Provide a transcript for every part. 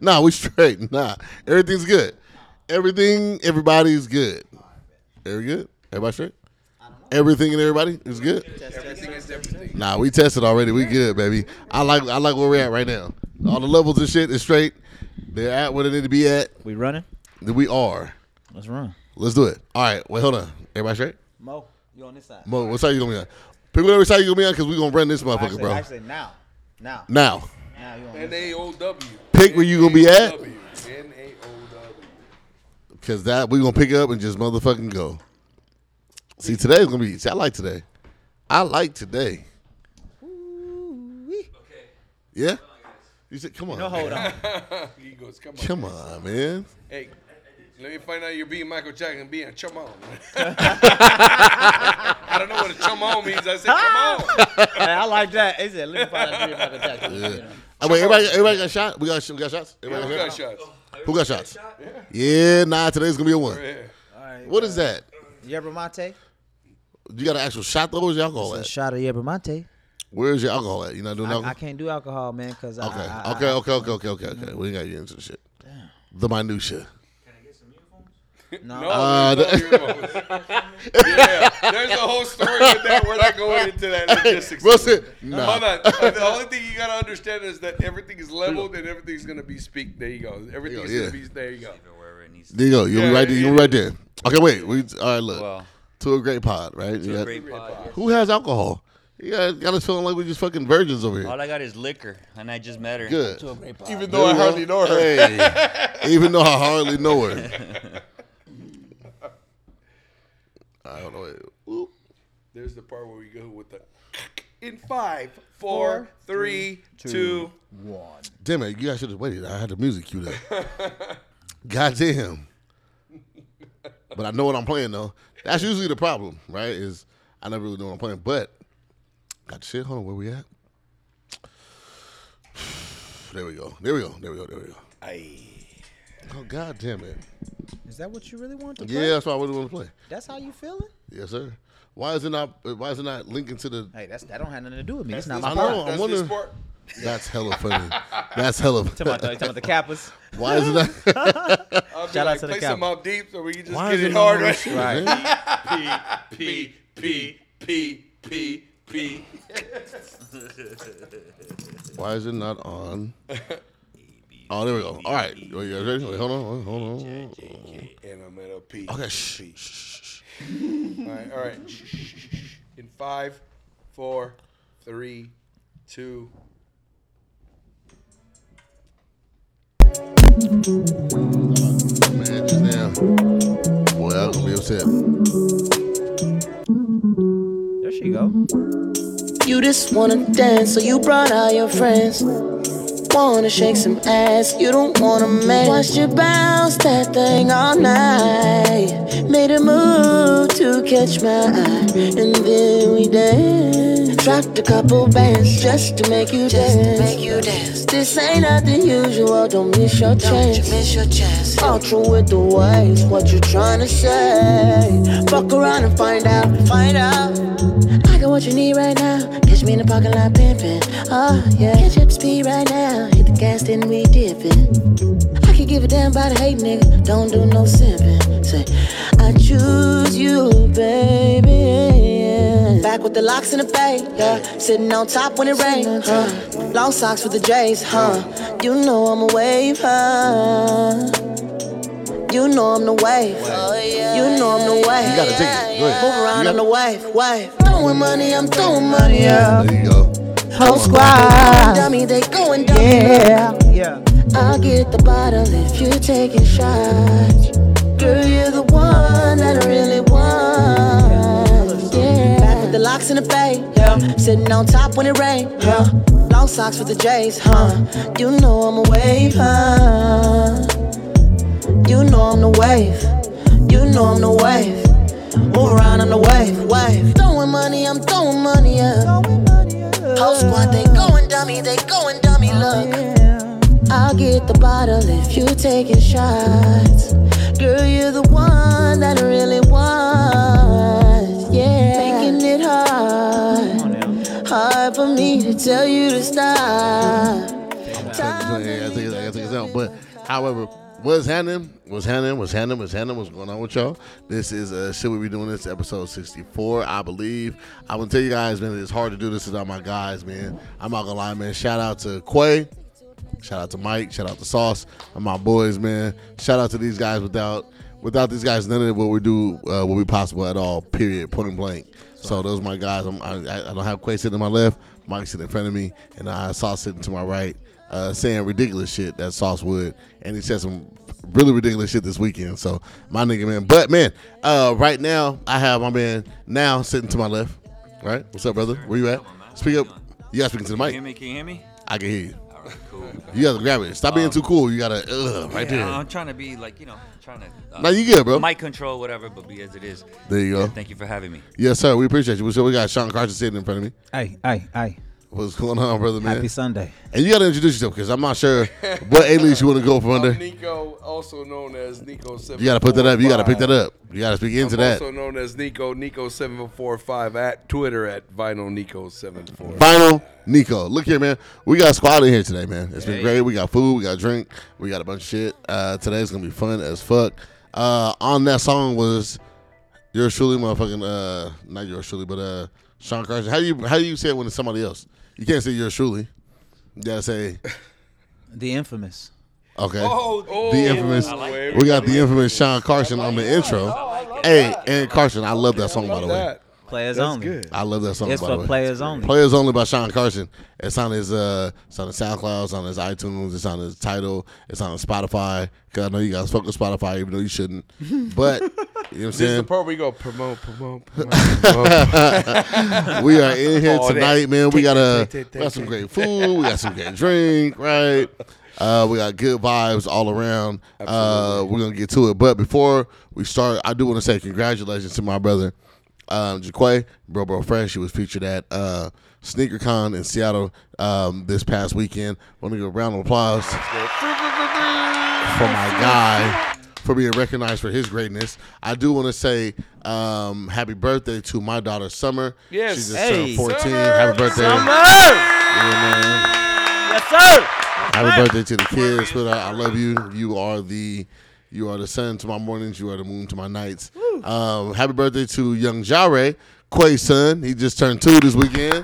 Nah, we straight. Nah, everything's good. Everything, everybody's good. Every good? Everybody straight? Everything and everybody is good. Everything is everything. Nah, we tested already. We good, baby. I like I like where we're at right now. All the levels and shit is straight. They're at where they need to be at. We running? Then we are. Let's run. Let's do it. All right. Wait, hold on. Everybody straight? Mo, you on this side? Mo, what side you gonna be on? Pick whatever side you gonna be on because we gonna run this motherfucker, actually, bro. actually, now, now, Now, now you on this. N-A-O-W. Pick where you gonna be at. N-A-O-W. N-A-O-W. because that we gonna pick up and just motherfucking go. See, today's gonna be. See, I like today. I like today. Yeah. You said, come on. No, hold man. on. He goes, come on. Come on, man. Hey, let me find out you're being Michael Jackson, being a chum on. I don't know what a chum on means. I said, come on. Hey, I like that. He said, "Let me find out if Michael Jackson." You know. I mean, Uh, everybody, everybody got shot. We got, sh- we got shots. Everybody We got got shots? shots. Who got shots? Yeah, nah. Today's gonna be a one. Yeah. All right. What is that? Yerba mate? You got an actual shot though? Where's your alcohol A at? shot of yerba mate. Where's your alcohol at? You not doing I, I alcohol? can't do alcohol, man, because I, Okay, I, I, okay, okay, okay, okay, okay, okay. We ain't got you into the shit. The minutia. No. No, Uh, there's no heroes. yeah, there's a whole story with that. We're not going into that logistics. Wilson, nah. Hold on. Uh, The only thing you gotta understand is that everything is leveled and everything's gonna be speak. There you go. Everything's Yeah. gonna be. There you go. wherever it needs to There you go. You'll Yeah, be right there. You'll be yeah. right there. Okay, wait. We all right. Look, Well. to a great pod, right? You be. got- Great pod. Who has alcohol? You got, got us feeling like we're just fucking virgins over here. All I got is liquor, and I just met her. Good. Even though I hardly know her. Hey, even though I hardly know her. I don't know. Oop. There's the part where we go with the. In five, four, three, two. Damn it! You guys should have waited. I had the music queued up. Goddamn. But I know what I'm playing though. That's usually the problem, right? Is I never really know what I'm playing. But got the shit. Hold on, where we at? There we go. There we go. There we go. There we go. Aye. Oh god damn it! Is that what you really want to play? Yeah, that's what I really want to play. That's how you feeling? Yes, sir. Why is it not? Why is it not linking to the? Hey, that's that don't have nothing to do with me. That's That's not this my I part. know, problem. I'm That's wondering- this part. That's hella funny. That's hella. Talking about, the- you Funny. talking about the Kappas. Why is it not? I'll be Shout out like, to the captain. play some up deep so we can just Why get is it it not hard. on Right? shit, man? P P P P P. Why is it not on? Oh, there we go. All right. Wait, you guys ready? Wait, hold on. Hold on. Hold on. And I'm at a P. Okay. Shh. shh, shh, shh. All right, all right. Shh, shh, shh, shh. In five, four, three, two. Man, just now. Boy, I'm going to be upset. There she go. You just wanna dance, so you brought all your friends. Wanna shake some ass, you don't wanna mess. Watch you bounce that thing all night. Made a move to catch my eye, and then we danced. Dropped a couple bands just to make you Just to dance. make you dance. This ain't nothing usual, don't miss your Don't you chance. miss your chance. Ultra with the waves, what you tryna say? Fuck around and find out, find out. I got what you need right now. Catch me in the parking lot pimping. Oh yeah, catch up to speed right now. Hit the gas, then we dipping. I could give a damn about a hate nigga. Don't do no simping. Say, I choose you, baby. Back with the locks in the bay, yeah. Sitting on top when it rains, huh? Long socks with the J's, huh? You know I'm a wave, huh? You know I'm the wave. You know I'm the wave. You got to take it. Go ahead. Move around You on the got- wave, wave. Throwing money, I'm throwing money out. There you go. Whole squad. Dummy, they going dummy. Yeah. Yeah. I'll get the bottle if you taking shots. Girl, you're the one that I really want. Yeah. Back with the locks in the bay. Yeah. Sitting on top when it rain. Yeah. Long socks with the J's, huh? You know I'm a wave, huh? You know I'm the wave. You know I'm the wave. Move around, I'm the wave, wave. Throwing money, I'm throwing money up. Whole squad, they going dummy, they going dummy, look. I'll get the bottle if you taking shots. Girl, you're the one that I really want. Yeah, making it hard, hard for me to tell you to stop. I think it's- I think it's- I think niggas out. But however, what's happening? What's happening? What's happening? What's happening? What's going on with y'all? This is uh, shit we be doing. This episode sixty four, I believe. I'm gonna tell you guys, man, it's hard to do this without my guys, man. I'm not gonna lie, man. Shout out to Quay. Shout out to Mike. Shout out to Sauce. And my boys, man. Shout out to these guys. Without without these guys, none of what we do uh, would be possible at all. Period. Point and blank. So those are my guys. I'm, I, I don't have Quay sitting to my left, Mike sitting in front of me, and I Sauce sitting to my right, uh, saying ridiculous shit that Sauce would, and he said some really ridiculous shit this weekend. So my nigga, man. But man, uh, right now I have my man now sitting to my left. Right? What's up, brother? Where you at? Speak up. You guys speaking to the Can you hear mic? me? Can you hear me? I can hear you. All right, cool. You gotta grab it. Stop being too cool. You gotta uh, right Um, Yeah, I'm there. trying to be like you know, trying to. Uh, Now you good, bro. Mic control, whatever, but be as it is. There you go. Yeah, thank you for having me. Yes, sir. We appreciate you. So we got Sean Carson sitting in front of me. Aye, aye, aye. What's going on, brother man? Happy Sunday. And you gotta introduce yourself because I'm not sure what alias you want to go for under. I'm Nico, also known as Nico. You gotta put that up. You gotta pick that up. You gotta speak into I'm that. also known as Nico Nico seven four five at Twitter at Vinyl Nico seven four. Final Nico. Look here, man. We got a squad in here today, man. It's been great. We got food, we got drink, we got a bunch of shit. Uh, today's gonna be fun as fuck. Uh, on that song was yours truly, motherfucking uh, not yours truly, but uh, Sean Carson. How do you how do you say it when it's somebody else? You can't say yours truly. You gotta say The infamous. okay. Oh, the infamous. I like that. we got the infamous Sean Carson on the intro. Hey, and Carson, I love that song by the way. That. Players only. I love that song. It's by for the way. players only. Players only by Sean Carson. It's on his uh, it's on his SoundCloud, it's on his iTunes, it's on his title, it's on Spotify. Cause I know you guys fuck with Spotify, even though you shouldn't. But you know what I'm This is the saying? part we go promote, promote, promote. promote. we are in here All that. tonight, man. We Take, got a take, take, we take, got some great food, we got some great drink, right? Uh, we got good vibes all around. Uh, we're gonna get to it, but before we start, I do want to say congratulations to my brother, um, Jaquay, bro, bro, fresh. He was featured at uh, SneakerCon in Seattle um, this past weekend. Want to give a round of applause for my guy for being recognized for his greatness. I do want to say um, happy birthday to my daughter Summer. Yes. she just turned Hey. 14. happy birthday. Yes, sir. Happy birthday to the kids, sweetheart. I love you. You are the you are the sun to my mornings. You are the moon to my nights. Um, happy birthday to young Jare, Quay's son. He just turned two this weekend.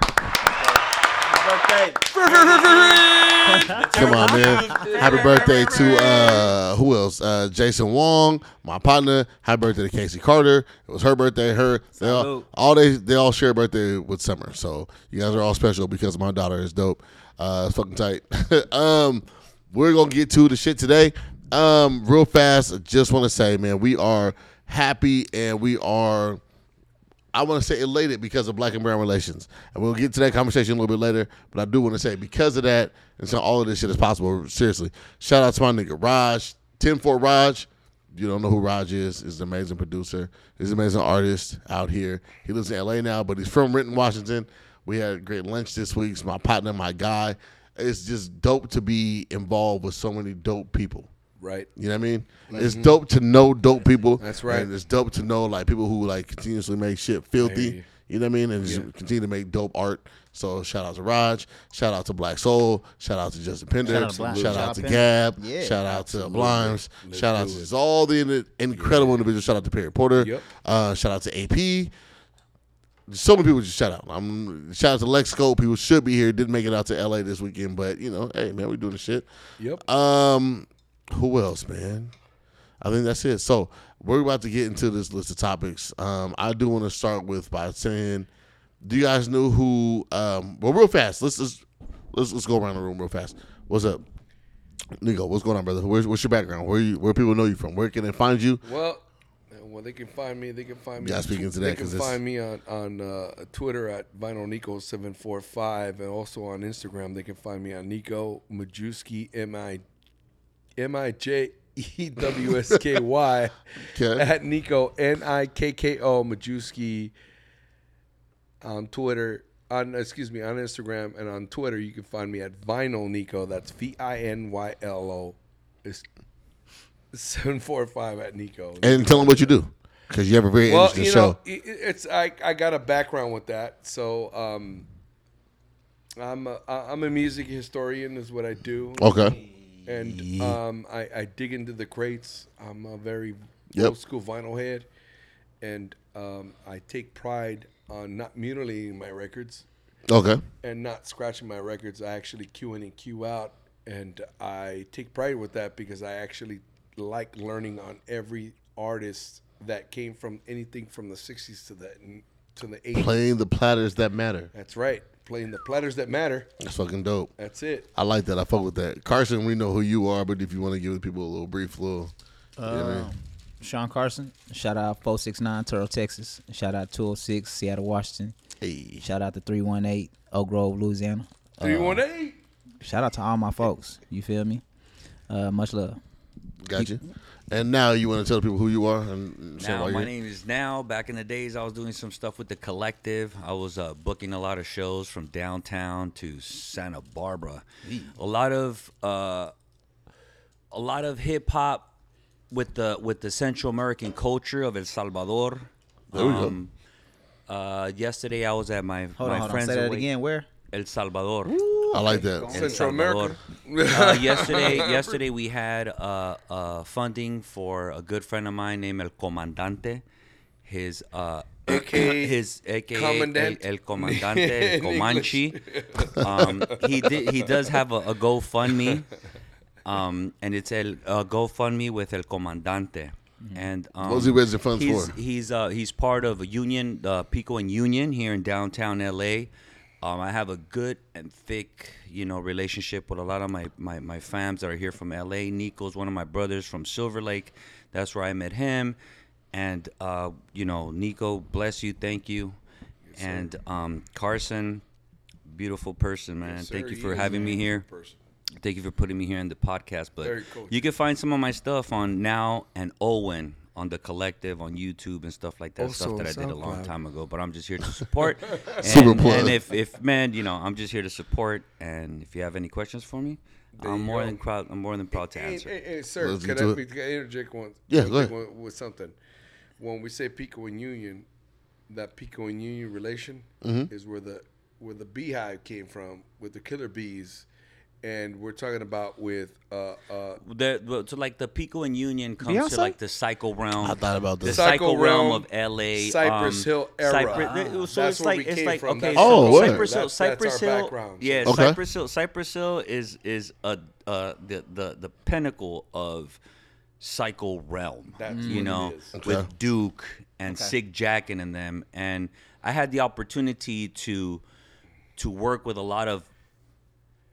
Come on, man. Happy birthday to uh who else? Uh Jason Wong, my partner. Happy birthday to Casey Carter. It was her birthday, her they all, Salute. all they they all share a birthday with summer. So you guys are all special because my daughter is dope. Uh it's fucking tight. um we're gonna get to the shit today. Um real fast, I just wanna say, man, we are happy and we are I want to say elated because of black and brown relations. And we'll get to that conversation a little bit later, but I do want to say because of that, and so all of this shit is possible. Seriously. Shout out to my nigga Raj, 10 for Raj. You don't know who Raj is. He's an amazing producer. He's an amazing artist out here. He lives in LA now, but he's from Renton, Washington. We had a great lunch this week. He's my partner, my guy. It's just dope to be involved with so many dope people. Right. You know what I mean? It's dope to know dope people. That's right. And it's dope to know like people who like continuously make shit filthy. You. know what I mean? And just continue to make dope art. So shout out to Raj. Shout out to Black Soul. Shout out to Justin Pender. Shout out to Black Shout out Soul. to Shout Gab. Yeah, shout out to Blimes. Shout out to just all the in- incredible individuals. Shout out to Perry Porter. Yep. Uh, shout out to AP. So many people just shout out. I'm shout out to Lexcope. People should be here. Didn't make it out to LA this weekend, but you know, hey man, we doing the shit. Yep. Um, who else, man? I think that's it. So we're about to get into this list of topics. Um, I do want to start with by saying, do you guys know who? Um, well, real fast. Let's just let's let's go around the room real fast. What's up, Nico? What's going on, brother? Where's, what's your background? Where you where people know you from? Where can they find you? Well, well, they can find me. They can find me. Yeah, on speaking Tw- to that, they can 'cause it's- find me on on uh, Twitter at Vinyl Nico seven four five, and also on Instagram. They can find me on Nico Majewski M I M I J E W S K Y Okay. at Nico N I K K O Majewski on Twitter. On, excuse me, on Instagram and on Twitter, you can find me at Vinyl Nico. That's V I N Y L O. It's seven four five at Nico. And tell them what you do, because you have a very Well, interesting you show. know, i- i- it's I, I got a background with that, so Oh, um, I'm a, I- I'm a music historian is what I do, Okay. and um, I, I dig into the crates. I'm a very Yep. old school vinyl head, and um, I take pride on not mutilating my records Okay. and not scratching my records. I actually cue in and cue out, and I take pride with that because I actually like learning on every artist that came from anything from the '60s to the to the '80s. Playing the platters that matter. That's right, playing the platters that matter. That's fucking dope. That's it. I like that. I fuck with that. Carson, we know who you are, but if you want to give people a little brief little. you know what I mean? Um, Sean Carson, shout out 469 Turtle, Texas. Shout out 206 Seattle, Washington. Hey. Shout out to 318 Oak Grove, Louisiana. Uh, Three one eight. shout out to all my folks. You feel me? Uh, much love. Gotcha. And now you want to tell people who you are and say Now, why my you're- name is Now. Back in the days, I was doing some stuff with the collective. I was uh, booking a lot of shows from downtown to Santa Barbara. A lot of uh, a lot of hip hop with the with the Central American culture of El Salvador. There we go. um, Uh, yesterday, I was at my Hold my on, hold on. friends Say that awake- again. Where? El Salvador. I like that. El Central America. Salvador. uh, yesterday, yesterday we had uh, uh, funding for a good friend of mine named El Comandante. His uh, AKA his AKA Commandant. El, El Comandante El In Comanche. Um, he did, he does have a, a GoFundMe, um, and it's El uh, GoFundMe with El Comandante. And um, What's he raising funds he's, for? He's uh, he's part of a union, uh, Pico and Union here in downtown LA. Um, I have a good and thick, you know, relationship with a lot of my, my, my fams that are here from LA. Nico's one of my brothers from Silver Lake. That's where I met him. And, uh, you know, Nico, bless you. Thank you. and um, Carson, beautiful person, man. thank you for having me here. Thank you for putting me here in the podcast. But Very cool. you can find some of my stuff on Now and Owen on the collective on YouTube and stuff like that. Also stuff on that I did a long SoundCloud. time ago. But I'm just here to support. and, Super plug. And if, if man, you know, I'm just here to support. And if you have any questions for me, I'm you more go. than proud. I'm more than proud to Hey, answer. hey, hey, sir, Let's can get I, to be- it. can I interject one? Yeah, one go thing ahead. With, with something, when we say Pico and Union, that Pico and Union relation Mm-hmm. is where the where the beehive came from with the killer bees, and we're talking about with uh, uh, The, well, to like the Pico and Union comes Beyonce? to like the psycho realm. I thought about the this. psycho, Psycho realm, realm, of um, L.A. Cypress Hill era. Cypre- so That's it's where we like it's came like from. okay. That's Oh, so word. Cypress Hill. That's- that's our Cypress Hill. background. Yeah, Okay. Cypress Hill. Cypress Hill is is a uh, the the the pinnacle of psycho realm. That's what you it know is. with Duke and Sig Jacken and them. And I had the opportunity to to work with a lot of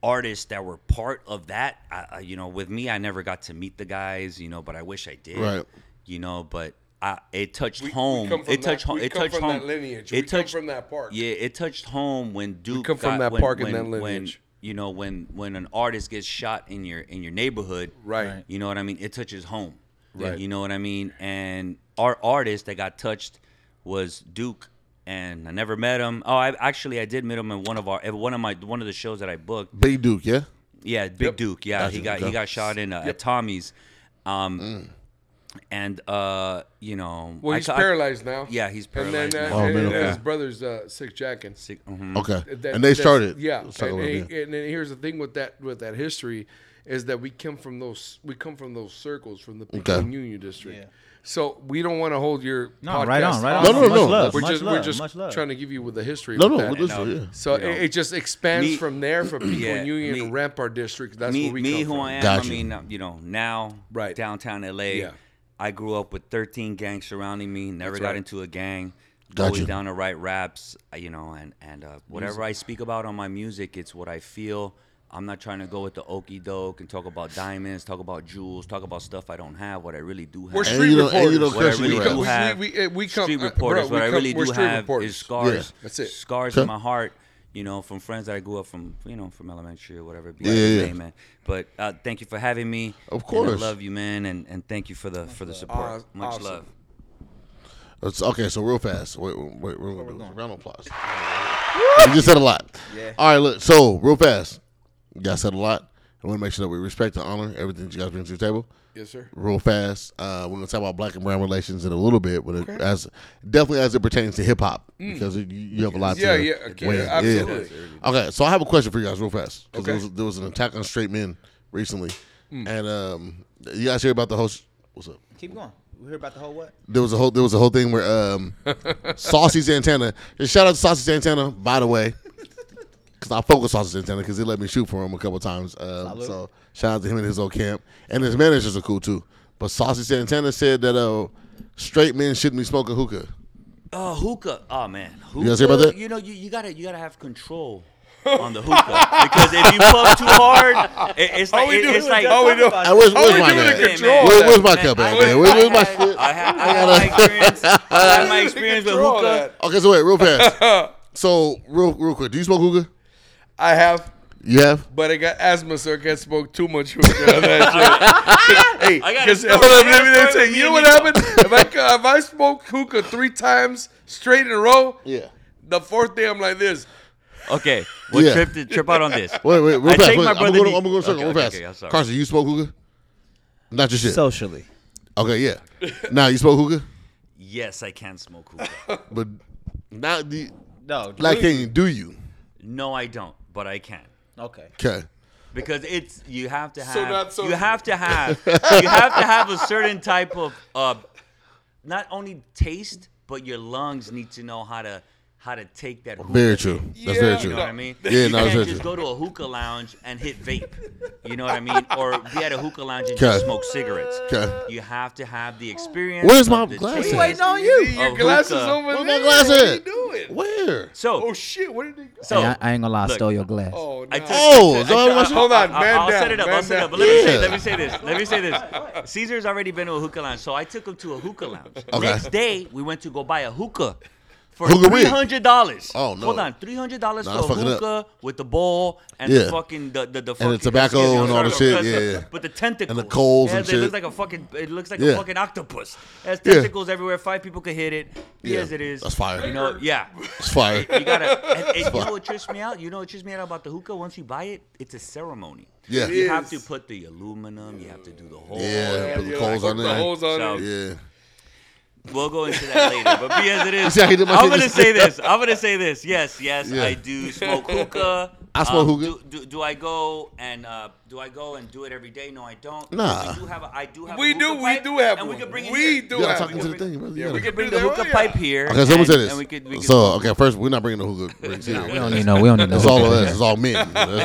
artists that were part of that. I, I- you know, with me, I never got to meet the guys. You know, but I wish I did. Right. You know, but I it touched We- we home. come from it touched that- home. we It come touched from home. that lineage. It We come touched from that park. Yeah, it touched home when Duke come from got- that when- park and when- that when- lineage. you know, when when an artist gets shot in your in your neighborhood, Right. Right. You know what I mean. It touches home. Right. You know what I mean. And our artist that got touched was Duke, and I never met him. Oh, I actually I did meet him in one of our at one of my one of the shows that I booked. Big Duke, yeah? Yeah, Big Duke. Yeah, he Gotcha, got okay. he got shot in uh, at Tommy's, um, and uh, you know, well, I he's ca- I- paralyzed now. yeah, he's And paralyzed then uh, now. Oh, and- man, and okay. his brother's uh, sick jacking. Sick- mhm. Okay. that- and they that's- started. Yeah, Let's talk and, about and, that. and then here's the thing with that with that history is that we come from those we come from those circles from the Pico Okay. and Union district. So we don't want to hold your No, podcast right on, right on. No, no, much no. Love, We're much just love, we're just much love. trying to give you with the history. No, with no, that. we're just, no. yeah. so it, it just expands Me- from there from Pico Yeah, and Union me- and Rampart district. That's me, where we me come who from. I am. Gotcha. I mean, uh, you know, now Right. downtown LA. Yeah. I grew up with 13 gangs surrounding me. Never That's got right. into a gang. Gotcha. Always down to write raps, uh, you know, and and uh, whatever I speak about on my music, it's what I feel. I'm not trying to go with the okey doke and talk about diamonds, talk about jewels, talk about stuff I don't have. what I really do have. We're And street you don't- and reporters. you don't what I question really your do raps. have, We, we, uh, we come, street uh, bro, reporters. we what I come- really we're do street have reporters. is scars. Yeah. That's it. Scars Okay. in my heart. You know, from friends that I grew up from, you know, from elementary or whatever. Back Yeah, in the yeah. day, man. But uh, thank you for having me. Of And I course. love you, man, and, and thank you for the for the support. Aw- Much awesome. love. It's- okay, so real fast. Wait, wait, wait we're gonna do a round of applause. You just said a lot. All right, look. So real fast, you guys said a lot. I want to make sure that we respect and honor everything that you guys bring to the table. Yes, sir. Real fast, uh, we're gonna talk about black and brown relations in a little bit, but it, as definitely as it pertains to hip hop, because it, you, you have a lot Mm. Yeah, to yeah, okay, weigh in. absolutely. Okay, so I have a question for you guys, real fast, because Okay. Mm. there, was, there was an attack on straight men recently, And um, you guys hear about the whole? Sh- what's up? Keep going. We hear about the whole what? There was a whole there was a whole thing where um, Saucy Santana. and shout out to Saucy Santana, by the way, because I fuck with Saucy Santana because he let me shoot for him a couple times. Um, Salute. so shout out to him and his old camp, and his managers are cool too. But Saucy Santana said that uh, straight men shouldn't be smoking hookah. Oh, hookah. Oh man, hookah. guys hear about that? You know, you, you gotta you gotta have control on the hookah because if you puff too hard, it, it's like we it- doing it's like that? How we doing- I wish, How where's we my doing at? the control? Where- where's my Man, cup I- at, man? Where- where's my shit? I had, I had my experience. I had my experience with Control hookah. that. Okay, so wait, real fast. so real, real quick. Do you smoke hookah? I have, You have. but I got asthma, so I can't smoke too much hookah. on that shit. hey, I got a 'cause- story. hold on, I got let a me story say, with you know me what and happened? if I ca- if I smoked hookah three times straight in a row, Yeah. the fourth day I'm like this. Okay, what Yeah. trip did, trip out on this? Wait, wait, real I fast. take Wait, my I'm brother gonna go. Nick- I'm gonna go circle okay, real okay, fast. okay, I'm sorry. Carson, you smoke hookah? Not your shit. Socially. okay, yeah. Now you smoke hookah, Yes, I can smoke hookah. but not the No. like. Can you do you? No, I don't, but I can. Okay. Okay. Because it's you have to have So not so- you have to have you have to have a certain type of uh, not only taste but your lungs need to know how to how to take that. hookah Very hit. true. That's Yeah, very You true. know what I mean? Yeah, you no, that's can't very just true. go to a hookah lounge and hit vape. You know what I mean? Or be at a hookah lounge and just Okay. smoke cigarettes. Okay. You have to have the experience. Where's of my the glasses? taste. Wait, on you. Your Oh, glasses hookah. over Where my there. glass what are you at? doing? Where? So, Oh shit! Where did they go? so Hey, I, I ain't gonna lie, I look, stole your glass. Oh, I no. took- Oh, I so took- I watch it? Hold on, I- man I'll down, set it up. man I'll set it up. down. But let me say, Yeah. let me say this. Let me say this. Caesar's already been to a hookah lounge, so I took him to a hookah lounge. Okay. Next day, we went to go buy a hookah for Hookah three ring. hundred dollars. Oh, no. Hold on, three hundred dollars Nah, for a that's fucking up. hookah with the bowl and Yeah. the fucking the the, the fucking tobacco excuse me, I'm and all sorry, the shit, but- yeah, yeah. But the tentacles coals It and has- It shit. looks like a fucking. It looks like Yeah. a fucking octopus. It has Yeah. tentacles everywhere. Five people could hit it. Yeah. Yes, it is. That's fire. You know, yeah. It's fire. You gotta. And, and you know what trips me out? You know what trips me out about the hookah? Once you buy it, it's a ceremony. Yeah. You have to is. put the aluminum. You have to do the whole. Yeah. Put the Yeah, coals put on the there. holes on So- it. Yeah. We'll go into that later. But be as it is, see how he did my I'm gonna fingers? say this. I'm gonna say this. Yes, yes, Yeah. I do smoke hookah. Um, I smoke hookah. Do, do, do I go and uh, do I go and do it every day? No, I don't. Nah. We do have. A, I do have. We a do. hookah We pipe, do have And one. we can bring it. We here. do You gotta have talk one. into the thing, brother. You Yeah, gotta- we can Bring bring the hookah pipe here. Okay, so let me and- say this. and we could- we could- so, okay, first, we're not bringing the hookah rings here. We don't need no. We don't need no. It's all of us. It's all men. That's not right.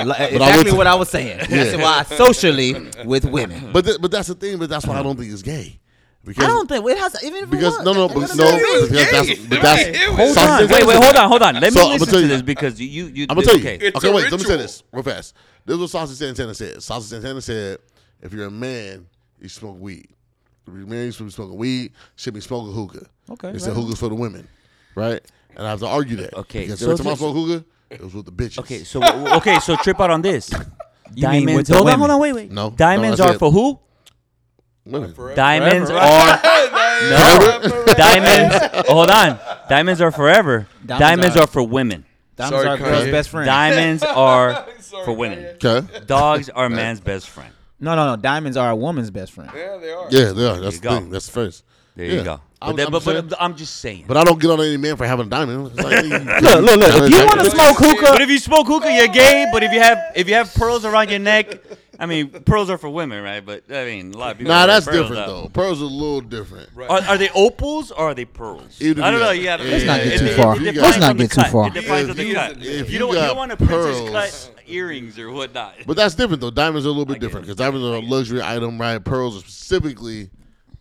I, like, But I exactly would- what I was saying. Yeah. That's why I socially with women. But th- but that's the thing. But that's why I don't think it's gay. Because I don't think it has even if it because was, no no it but doesn't no matter. because gay. that's but that's Right, it was- Hold So I'm on. saying- Wait, wait, hold on, hold on. Let So, me I'ma listen tell to you- this because you, you. I'm gonna tell you. okay. It's okay, a wait. Let me say ritual. this real fast. This is what Sausage Santana said. Sausage Santana said, if you're a man, you smoke weed. If you're a man, you should be smoking weed. Should be smoking hookah. Okay, They said right. hookah's for the women, right? And I have to argue that. Okay, Because so every time I this- smoke hookah, it was with the bitches. Okay, so okay, so trip out on this. You mean with the hold women. on, hold on, wait, wait. No, diamonds no, are that's it. for who? Women. Diamonds Forever, are No. diamonds. hold on, diamonds are forever. Diamonds, Diamonds are, are- for women. Diamonds Sorry, are a girl's Kanye. best friend. Diamonds are Sorry, for women. Okay. Dogs are man's best friend. no, no, no. Diamonds are a woman's best friend. Yeah, they are. Yeah, they are. That's the go. thing. That's the first. There Yeah. you go. I'm- But, that, I'm but, but saying- I'm just saying. But I don't get on any man for having a diamond. It's like, look, look, look. If you want to Yeah. smoke hookah, but if you smoke hookah, you're gay. But if you have if you have pearls around your neck, I mean, pearls are for women, right? But I mean, a lot of people. Nah, wear that's pearls different out. though. Pearls are a little different. Right. Are, are they opals or are they pearls? Either I don't way. know. You gotta, Let's not it- get it- too it far. depends Let's on not the get too cut. far. It depends on If the you- cut. if you you don't, you got don't want to princess pearls- cut earrings or whatnot. But that's different though. Diamonds are a little bit get different it. because diamonds are a luxury item, right? Pearls are specifically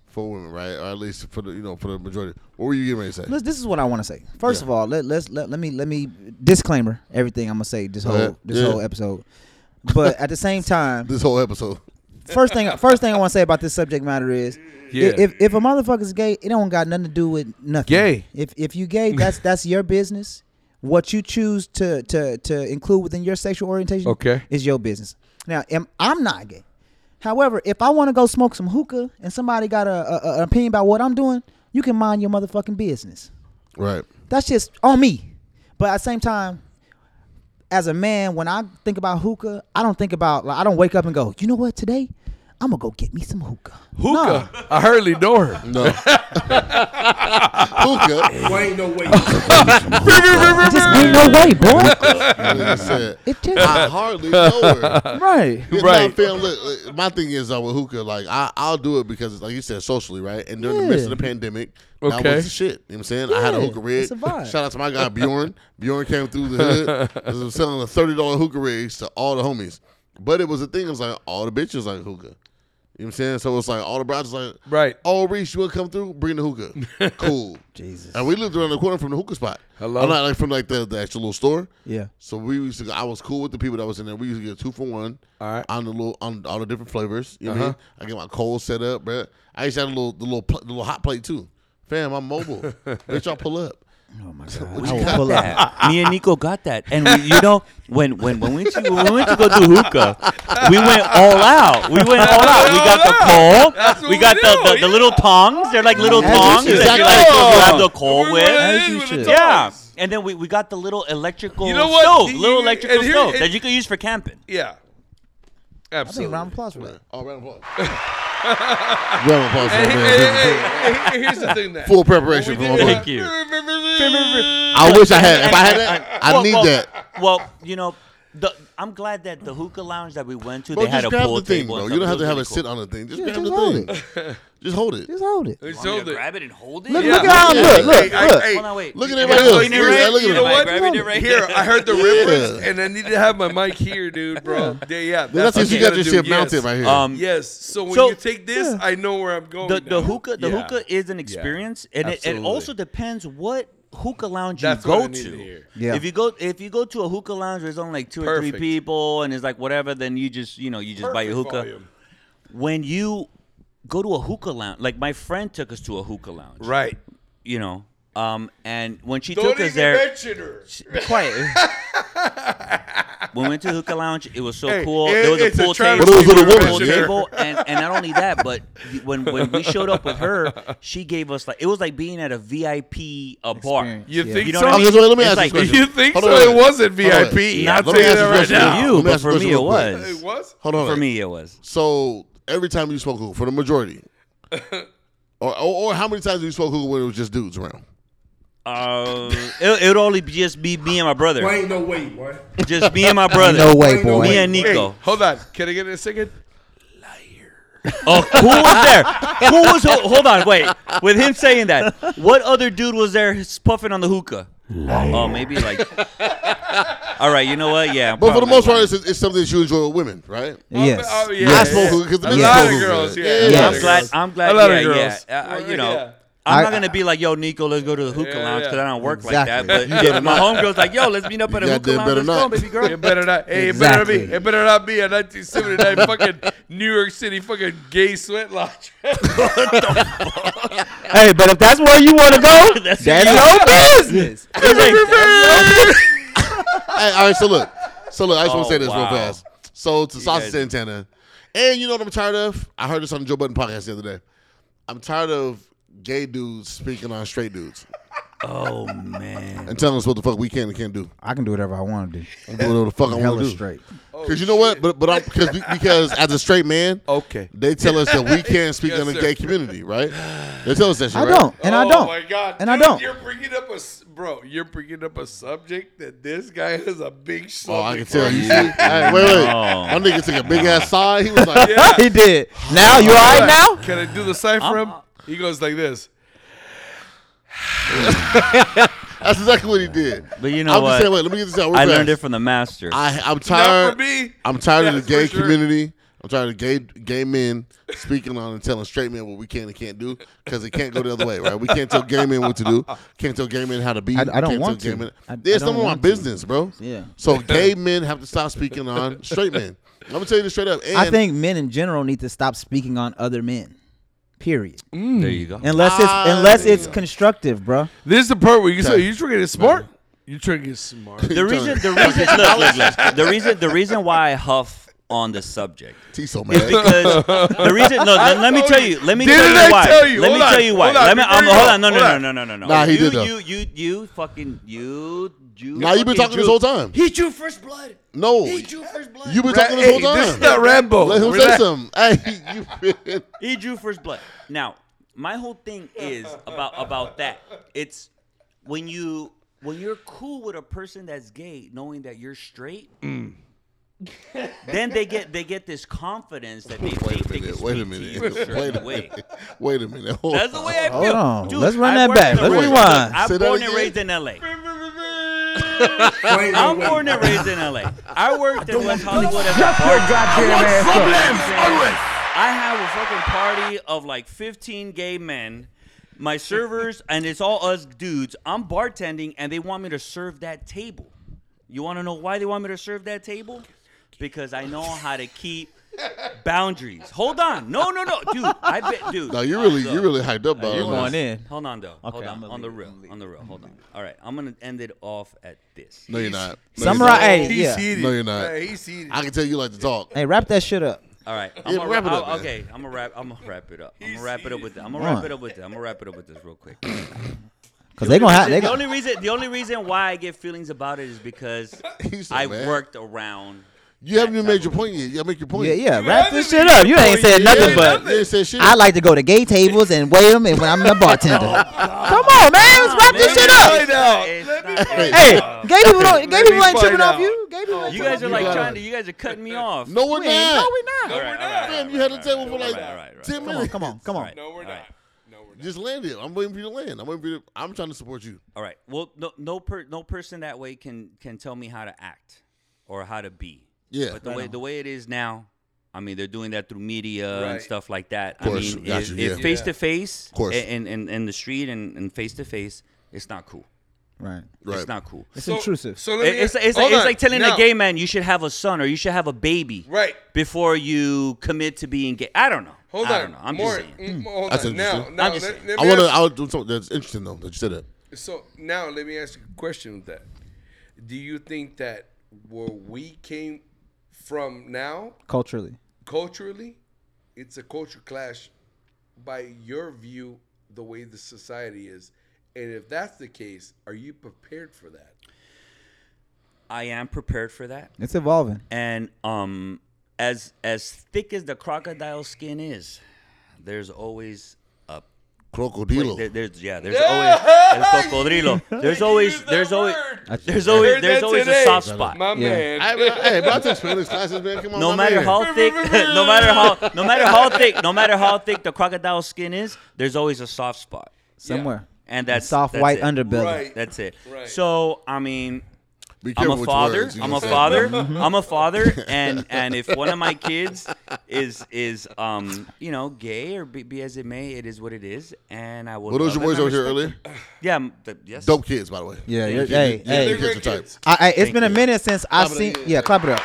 for women, right? Or at least for the you know for the majority. What were you getting ready to say? Let's, this is what I want to say. First Yeah. of all, let let's let, let me let me disclaimer everything I'm gonna say this whole ahead. this Yeah. whole episode. But at the same time, this whole episode. first thing first thing I want to say about this subject matter is Yeah. if if a motherfucker's gay, it don't got nothing to do with nothing. Gay. If if you gay, that's that's your business. What you choose to to to include within your sexual orientation Okay. is your business. Now, am, I'm not gay. However, if I want to go smoke some hookah and somebody got a, a, a- an opinion about what I'm doing, you can mind your motherfucking business. Right. That's just on me. But at the same time, as a man, when I think about hookah, I don't think about like I don't wake up and go, you know what, today I'm gonna go get me some hookah. Hookah. I hardly know her. No. Hookah. Well, ain't no way. No, it just ain't no way, boy. I nigga said, It just I hardly know her. right. It's Right. not fair. Look, look, my thing is uh, with hookah, like I, I'll do it because, like you said, socially, right? And during the midst of the pandemic, that Okay. was the shit. You know what I'm saying? I had a Yeah, hookah rig. it's a vibe. Shout out to my guy Bjorn. Bjorn came through the hood. 'cause I was selling the thirty dollar hookah rigs to all the homies. But it was a thing. It was like all the bitches like hookah. You know what I'm saying? So it's like all the brides like, Right. Oh, Reese, you want to come through? Bring the hookah. cool. Jesus. And we lived around the corner from the hookah spot. Hello? I'm not like from like the, the actual little store. Yeah. So we used to. Go, I was cool with the people that was in there. We used to get two for one. All right. On the little on all the different flavors. You know what I mean? I get my cold set up, bruh. I used to have a little the little pl- the little hot plate too. Fam, I'm mobile. Bitch, y'all pull up. Oh my god. I We will got pull up. that. Me and Nico got that. And we, you know, when when when we, went to, when we went to go do hookah, we went all out. We went all out. We got the coal. That's what we got we the, do, the, the yeah. little tongs. They're like little As you tongs should. that you like Exactly. go grab the coal We're with. running As in you with should. the Yeah. dogs. And then we, we got the little electrical You know what? stove, The- little and electrical here- stove and- that you could use for camping. Yeah. I think Absolutely. round of applause for that. All Oh, round of applause. round of applause. for my And he- man. and- and- and- and here's the thing that Full preparation for When my we man. did Thank you. that- I wish I had. If I had that, I Well, need well, that. Well, you know, the, I'm glad that the hookah lounge that we went to, Bro, they had just a grab pool the thing, table. bro. and You don't have stuff. to It have a was sit really on the thing. Just Yeah, grab just hold the thing. Just hold it. Just hold it. We cool. Want me sold to it. grab it and hold it. Look- look at how- look, look, look. hey, Hold on, wait. Look at Am I everybody else. grabbing it Look at- right? look at Am them. I What? grabbing it right Here, I heard the Yeah. reference, and I needed to have my mic here, dude, bro. Yeah, yeah. That's what if you got gotta your do. shit Yes. mounted right here. Um, Yes. So when So- you take this, Yeah. I know where I'm going. the, the now. hookah the Yeah. hookah is an experience and it, it absolutely. also depends what hookah lounge That's you what go I need to to hear. Yeah. if you go if you go to a hookah lounge there's only like two or three Perfect. people and it's like whatever then you just you know you just buy your Perfect hookah volume. when you go to a hookah lounge like my friend took us to a hookah lounge Right. you know um and when she Don't took even us there mention her. quiet when we went to the hookah lounge it was so Hey, cool it- there was it's a a pool But travesty table it was with a we woman. pool mentioned her. table, and, and not only that, but when when we showed up with her, she gave us like it was like being at a VIP a bar. Experience, You yeah. think You know so? what I mean? Okay, so let me It's ask like- you a question. You think Hold so? on a It minute. wasn't Hold on a minute. VIP. Let Not I'll me tell you ask that you a right question. now. Let you, me but ask for a question me real it quick. was. was? Hold on. For me it was. So every time you smoke hookah, for the majority, or, or or how many times do you smoke hookah when it was just dudes around? Uh, it would only be just be me and my Well, brother, ain't no way, boy. just me and my brother. No way, Ain't no boy. Me way. and Nico. Hey, hold on. Can I get a second? Oh, who was there? Who was? Who, hold on, wait. With him saying that, what other dude was there puffing on the hookah? Oh, maybe like. All right, you know what? Yeah, But for the probably most part, lying. it's, it's something that you enjoy with women, right? Yes. Oh, yeah. I Yes. smoke hookah because the A men lot smoke of hookah. girls, yeah. Yeah. A lot I'm of glad. I'm glad. A lot of yeah, girls. yeah. Uh, Well, you know, yeah. I'm I- not gonna be like, "Yo, Nico, let's go to the hookah Yeah, lounge" yeah. because I don't work like Exactly. that. But if my homegirl's like, "Yo, let's meet up at a You hookah goddamn lounge." better Let's go, not. baby girl. It better not. Hey, it better not be. Exactly. It better not be a 1979 fucking New York City fucking gay sweat lodge. Hey, but if that's where you want to go, That's- that's your business. It's like- Hey, all right, so look, so look, I just want Oh, to say this real wow. fast. So to Sasha guys- Santana, and you know what I'm tired of? I heard this on the Joe Budden podcast the other day. I'm tired of gay dudes speaking on straight dudes oh man. and telling us what the fuck we can and can't do. I can do whatever I want to do. I'm doing whatever the fuck I want Hella to do. straight. Because you know what? But but I'm, cause, we- because as a straight man, Okay. they tell us that we can't speak Yes, on the sir. gay community, right? They tell us that shit, I right? don't, and I don't, Oh my god. and I Dude, don't. You're bringing up a s- bro. You're bringing up a subject that this guy has a big. Oh, I stomach can for. tell you. See? Hey, wait, wait. My nigga took a big ass sigh. He was like, Yeah. he did. Now you all right now? Can I do the sign for him? He goes like this. that's exactly what he did. But you know I'm what? just saying, wait, let me get this out. real I fast. learned it from the master. I, I'm Not tired. for me. I'm tired of That's the gay for sure. community. I'm tired of gay gay men speaking on and telling straight men what we can and can't do because it can't go the other way, right? We can't tell gay men what to do. Can't tell gay men how to be. I- I don't can't want tell gay to. men- I- I it's don't none of my want to. business, bro. Yeah. So gay men have to stop speaking on straight men. I'm gonna tell you this straight up. And I think men in general need to stop speaking on other men. Period. Hmm. there you go. Unless it's Ah, unless there you it's go. constructive, bro. This is the part where you say Okay. you're trying to get smart. You're trying to get smart. the reason, the reason, look, look, look. the reason, the reason why I huff on the subject. T so It's mad. because the reason. No, let, let me told tell you. you. Let me Didn't tell I you why. tell you? Let me Hold on, tell you why. hold on, Let me. before I'm, you hold go, on. No, no, hold no, on. no, no, no, no. Nah, he you, did though. You, you, you fucking you, you. Now you been fucking talking this whole drew- time. He drew first blood. No, He you drew first blood. been Ra- talking hey, this whole this is time. not Rambo. Let him say Relax. something. Hey, you been He drew first blood. Now, my whole thing is about about that. It's when you when you're cool with a person that's gay, knowing that you're straight. then they get they get this confidence that they Wait think a they can minute. speak Wait a to minute. you a certain Wait a way. minute. Wait a minute. Hold That's the way I feel. Hold on. Dude, Let's run I that worked back. in a Let's restaurant. rewind. I'm Say that born again. and raised in LA. I'm born and raised in LA. I worked in West Hollywood as a bartender. I have a fucking party of like 15 gay men. My servers and it's all us dudes. I'm bartending and they want me to serve that table. You want to know why they want me to serve that table? Because I know how to keep boundaries. Hold on. No, no, no. Dude, I bet dude. No, you really, you Look. really hyped up about You're going it. in. Hold on though. Hold Okay, on. I'ma leave On the it. real. On the real. Hold on. All right. I'm gonna end it off at this. No, you're not. No, you're Samurai, not. hey, He's yeah. heated. No, you're not. Hey, he's heated. I can tell you like to talk. Hey, wrap that shit up. All right. I'm Yeah, gonna wrap it I'll- up, man. okay. I'm gonna wrap. I'm gonna wrap it up. I'm gonna He's wrap it up with. I'm gonna Come wrap on. it up with. I'm gonna wrap it up with this real quick. Cause they gonna have they the gonna, only reason. The only reason why I get feelings about it is because He's so I mad. worked around. You haven't even made your point yet. You gotta make your point. Yeah, yeah, You wrap had this to shit be- up. You ain't said You nothing ain't- but you ain't said shit. I like to go to gay tables and weigh them and when I'm the bartender. Come on, man. Let's wrap this shit Find up. out. It's Let me not- find Hey, uh, gay people don't gay Let people me ain't tripping find off out. you. Gay people ain't tripping you guys off are you. like gotta- trying to. You guys are cutting me off. no, we're We not. ain't- No, we All not. right, we're all not. right, all Damn, right, you had all the right, table all for right, like all right, all right. ten Come on, minutes. come on, come All on. right, No, we're all not. right. No, we're not. Just land it. I'm waiting for you to land. I'm waiting for you. To, I'm trying to support you. All right. Well, no, no, per, no person that way can can tell me how to act or how to be. Yeah. But the way the way it is now, I mean, they're doing that through media and Right. stuff like that. Course, I mean, got if- you, if yeah. face to face, Course. and and in the street and and face to face, it's not cool. Right. Right. It's not cool. It's So- intrusive. So let me It's, it's, hold like, it's on. like telling Now- a gay man you should have a son or you should have a baby Right. before you commit to being gay. I don't know. Hold I on. don't know. I'm More, just saying. mm, hold Hmm. That's on. Now, interesting. now I'm just let, saying. let I me want to. ask- I'll do something that's interesting though that you said that. So now let me ask you a question with that. Do you think that where we came from now, Culturally. culturally, it's a culture clash by your view, the way the society is? And if that's the case, are you prepared for that? I am prepared for that. It's evolving. and um as as thick as the crocodile skin is there's always a Crocodilo. there- there's yeah there's always el cocodrilo there's always that there's always word. there's always Heard there's that always a today. soft spot My Yeah. man. Hey, man, hey, but I took Spanish classes, man. Come on, no my matter man. how thick no matter how no matter how thick no matter how thick the crocodile skin is there's always a soft spot Somewhere. and that's Soft that's white it. underbelly. Right. that's it Right. so i mean Be careful I'm a with your father. words, you I'm know a what father. saying? Mm-hmm. I'm a father. And and if one of my kids is is um you know gay or be, be as it may, it is what it is. And I will. Well, those your love boys them over and here respect earlier. them. Yeah. m- th- yes. Dope kids, by the way. Yeah, Dope you're- kids. hey, Yeah, hey. your kids are tight. I, I, it's been a you. minute since I've Clap it up, seen. yeah. Yeah, clap it up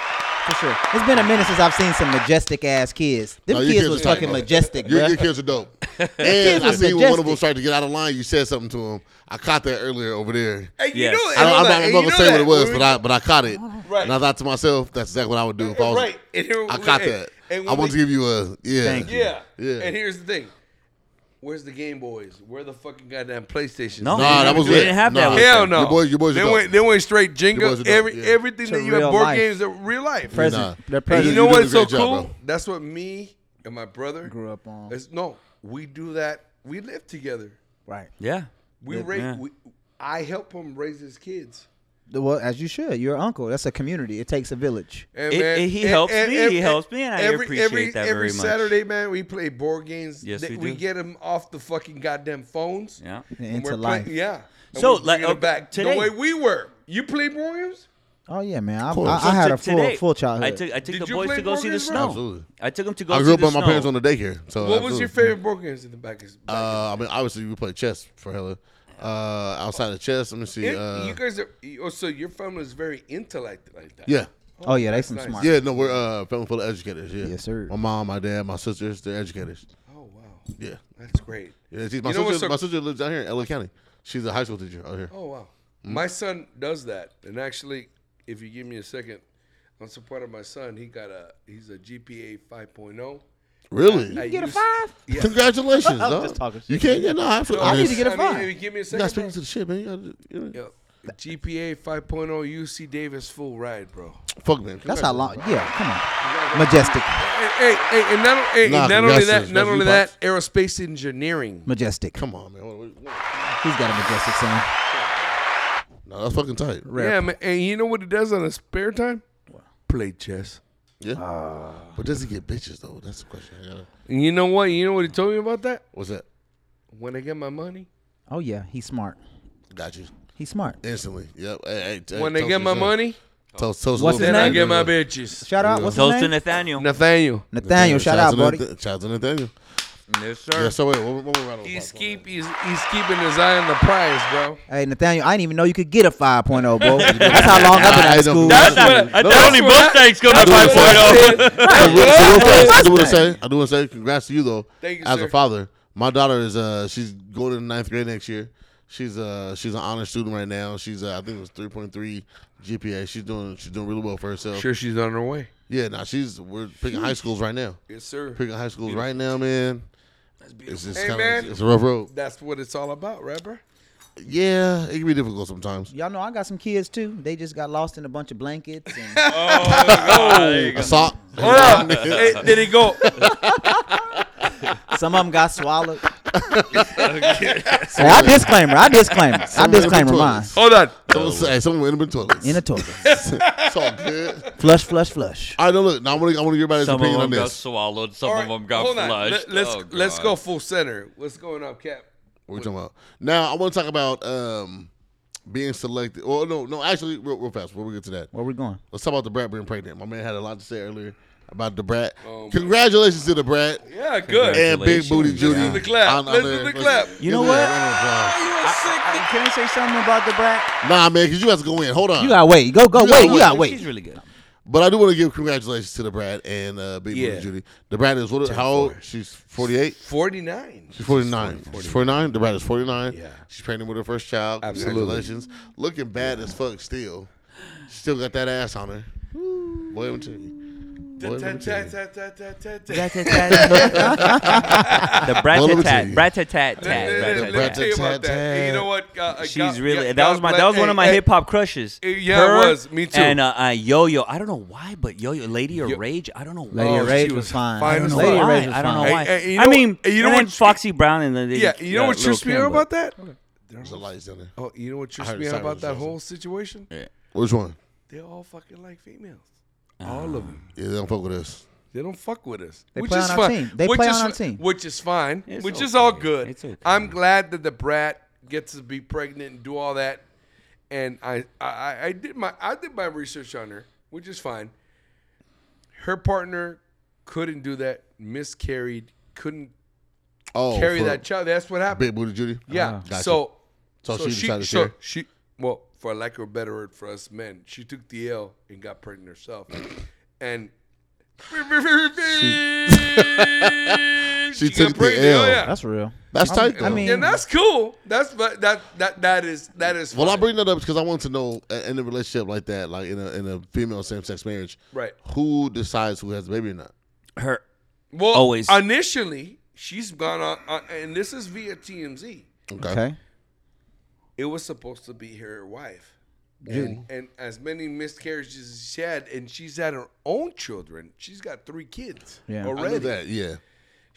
for sure. It's been a minute since I've seen some majestic ass kids. Them No, your kids kids was are tight, fucking bro. majestic, Your, bro. your kids are dope. And I was seen when one of them majestic. started to get out of line. You said something to him. I caught that earlier over there. Hey, you Yes. know, I don't, I'm hold not, on, I'm and not you gonna know say what that it was, when but I but I caught it. Right. And I thought to myself, that's exactly what I would do if I was. Right. And here- I caught and- that. and I when want to we- give you a yeah. Thank you. Yeah. Yeah. And here's the thing. Where's the Game Boys? Where the fucking goddamn PlayStation? No, Nah, that was they lit. didn't have Nah. that. with Hell them. no. Your boys- your boys are They dope. went. They went straight Your boys Jenga. are dope, Every yeah. everything To that you have real board life. games are real life. Pres- Nah. The And you You president. know did a what's so great job, cool? bro. That's what me and my brother Grew up on. It's- no, we do that. We live together. Right. Yeah. We raise. yeah. We, I help him raise his kids. Well, as you should. You're an uncle. That's a community. It takes a village. And, It- it- he helps me, he helps me, and I appreciate every, that every very much. Saturday, man, we play board games. Yes, Th- we do. get him off the fucking goddamn phones. Yeah. And And into we're life. playing. Yeah. And So, we bring like, it okay, back today- the way we were. You play board games? Oh yeah, man. I, course. I, I had So a t- full today, full childhood. I took I took Did the you boys play to go see the Borges, bro? snow. Absolutely. I took them to go. I see grew up the by my snow. parents on the daycare. So Oh, What was absolutely. your favorite board games in the back? Is Uh, I mean, obviously we play chess for hella. Uh, outside of chess, let me see. Uh, you guys are. oh, So your family is very intellect like that. yeah, oh yeah, they that's some nice. smart. yeah. No, we're uh family full of educators. Yeah, Yes, sir. My mom, my dad, my sisters, they're educators. Oh wow, Yeah, that's great. yeah. She's, my You know sister, what's so- my sister lives out here in LA County. She's a high school teacher out here. Mm-hmm. Oh wow. My son does that, and actually, if you give me a second, I'm supporting my son. He got a he's a oh. GPA 5.0 Really? I Get a used- five. Yeah. Congratulations, I'm dog. just talking You shit. can't get no. I, feel, I need to just- get a Oh, I mean, five. if you give me a You gotta second. speak bro. to the shit, man. You gotta, you know. Yo, GPA 5.0 UC oh, Davis full ride, bro. Fuck, man. That's how long. Congratulations, bro. Yeah, come on. Majestic, Hey, hey, hey, and not, hey, and Nah, not only that, congratulations. not That's only you, that, aerospace engineering. majestic. Come on, man. What- what- what- He's got a majestic son. No, that's fucking tight. Yeah, man. And you know what he does on his spare time? Play chess. Yeah. Ah. but does he get bitches though? That's the question. I gotta, And you know what? You know what he told me about that? what's that? When I get my money, Oh yeah, he's smart. Got you He's smart. instantly. Yep. Hey, hey, hey, when I toast get your my son. money, toast, toast What's little then his I bit. name? get my bitches. Shout out. What's Toast his to name? Nathaniel. Nathaniel. Nathaniel. Shout Shout out, to buddy. Nathan- Shout out to Nathaniel. yes, sir. Yeah. So wait, one, one more round of He's applause. keep he's, he's keeping his eye on the prize, bro. Hey Nathaniel, I didn't even know you could get a 5.0, bro. That's how long I've been out of school. That's That's what, that's only what I- Mustangs come to that's what oh. I 5.0. I do- I do wanna say- I do want to Mustang. say, I do want to say, congrats to you though. Thank you, As sir. a father, my daughter is uh, she's going to ninth grade next year. She's uh, she's an honor student right now. She's uh, I think it was three point three GPA. She's doing she's doing really well for herself. Sure, she's on her way. Yeah, now she's we're picking high schools right now. Yes, sir. Picking high schools right now, man. It's just Hey, kind man. of it's a rough road. That's what it's all about, right, bro? Yeah, it can be difficult sometimes. Y'all know I got some kids too. They just got lost in a bunch of blankets. And A sock. Hey, did he go? some of them got swallowed. so I disclaimer. I disclaimer. went I in the disclaimer mine. toilets. Hold on. Someone say- someone went in the toilets. In the toilet. it's all good. Flush, flush, flush. I know. Look, now I want to. I want to hear everybody's Some of opinion on them got this. swallowed. Some All of right, them got hold on. flushed. Let, let's Oh, let's God. go full center. What's going on, Cap? What we talking about? Now I want to talk about um, being selected. Oh no, no. Actually, real, real fast. Before we get to that, Where we going? let's talk about the brat being pregnant. My man had a lot to say earlier about the brat. Congratulations to the brat Oh, Yeah, good. and Big Booty Congratulations. Judy. Let's do the clap. on- on Let's do there. the clap. give You know them what? a round of applause. can I say something about the brat? Nah, man, because you have to go in. Hold on. You gotta wait. Go, go, You wait. gotta You gotta She's wait. really good. But I do want to give congratulations to the Brad and uh, Big Yeah. Booty Judy. The Brad is what? How old? She's forty eight. Forty nine. She's forty nine. She's forty nine. The Brad is forty nine. Yeah. She's pregnant with her first child. Absolutely. Congratulations. Looking bad as fuck still. Still got that ass on her. Boy, I'm telling you. Boy, I'm telling you. Brat tat tat. the brat Well, let me tat tell tat. you. Brat tat tat tat. Brat brat tat tat. tat tat tat. You know what? God- She's God- really God- that was my God that was one of my bless- hip hop crushes. Eh, yeah, it was. Me too. And uh, uh, Yo Yo, I don't know why, but Yo Yo, Lady or Yo- Rage, I don't know why. Lady Oh, of Rage she was was fine. fine I don't as know fuck. Lady why. Rage I don't know why. Hey, hey, you I know mean, what- you know and then what- Foxy Brown and then Yeah, you know what trips me out about that? There's a lights in there. Oh, you know what trips heard me out Cyrus about that was whole situation? Which one? They all fucking like females. Uh, All of them. Yeah, they don't fuck with us. They don't fuck with us. They which play is on our fine. team. They which play is on our fi- team. Which is fine. It's which is all okay. good. It's okay. I'm glad that the brat gets to be pregnant and do all that. And I, I, I- I did my I did my research on her, which is fine. Her partner couldn't do that, miscarried, couldn't Oh, carry for that child. That's what happened. Big Booty Judy. Yeah. Ah, Gotcha. So, So so, she she, decided to so share. she, well, for lack of a better word, for us men, she took the L and got pregnant herself, and she, She got took the pregnant. L. Oh, yeah. That's real. That's tight. Though. I mean, and that's cool. That's but that that that is that is. Well, I fine. bring that up because I want to know uh, in a relationship like that, like in a in a female same sex marriage, Right. Who decides who has the baby or not? Her well, always- initially she's gone on, on, and this is via TMZ. Okay. It was supposed to be her wife. And, and as many miscarriages as she had, and she's had her own children. She's got three kids Yeah. I know I know already. that. Yeah.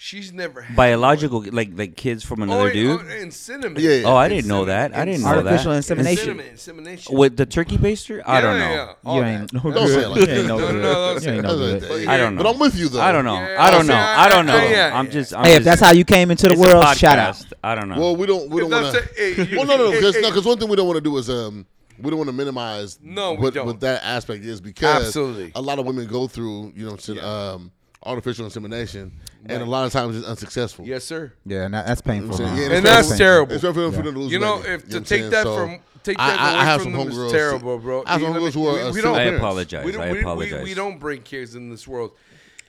She's never had biological, like like kids from Oh, another and- dude. oh, and cinnamon. Yeah. Oh, I didn't know that. I didn't know Artificial that. And insemination. cinnamon, insemination. With the turkey baster, I don't Yeah, know. yeah, all you that. ain't no Don't say it good. like You ain't no that. No, no, no, don't good. You say ain't it. no That's good. like- I don't know. But I'm with you though. I don't know. Yeah, I don't know. yeah, I don't know. yeah, yeah, I'm yeah. just. I'm Hey, if just- that's how you came into the it's a world, shout out. podcast. I don't know. Well, we don't. We don't That's want to. it. Hey, you- Well, no, no, hey, because hey. one thing we don't want to do is um, we don't want to minimize. No, we what, don't. what that aspect is because Absolutely. a lot of women go through, you know, what I'm saying, um, artificial insemination, and a lot of times it's unsuccessful. Yes, sir. Yeah, and that- that's painful. So, yeah, man. it's And that's terrible. It's rough for them for them to lose. You the know, baby. if- to You know what I'm take saying? that So, from- take I- that I, I away have from some them is homegirls. terrible, bro. I have You some know, homegirls who are. we- uh, we single don't- I parents. apologize. I we, we, We, apologize. we don't bring kids in this world.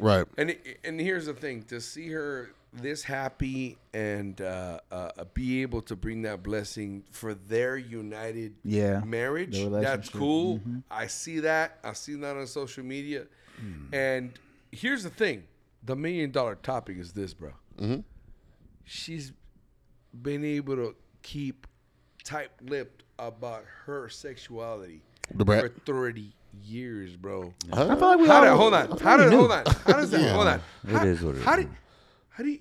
Right. And and here's the thing: to see her this happy and uh, uh, be able to bring that blessing for their united Yeah, marriage, their relationship. that's Mm-hmm. cool. I see that. I see that on social media. Hmm. And here's the thing: the million dollar topic is this, bro. She's been able to keep tight lipped about her sexuality The brat. for thirty years, bro. Uh, I feel like we How all do, hold on. How do, hold on. How does that? Yeah. Hold on. How, is what it how is. do, how do you,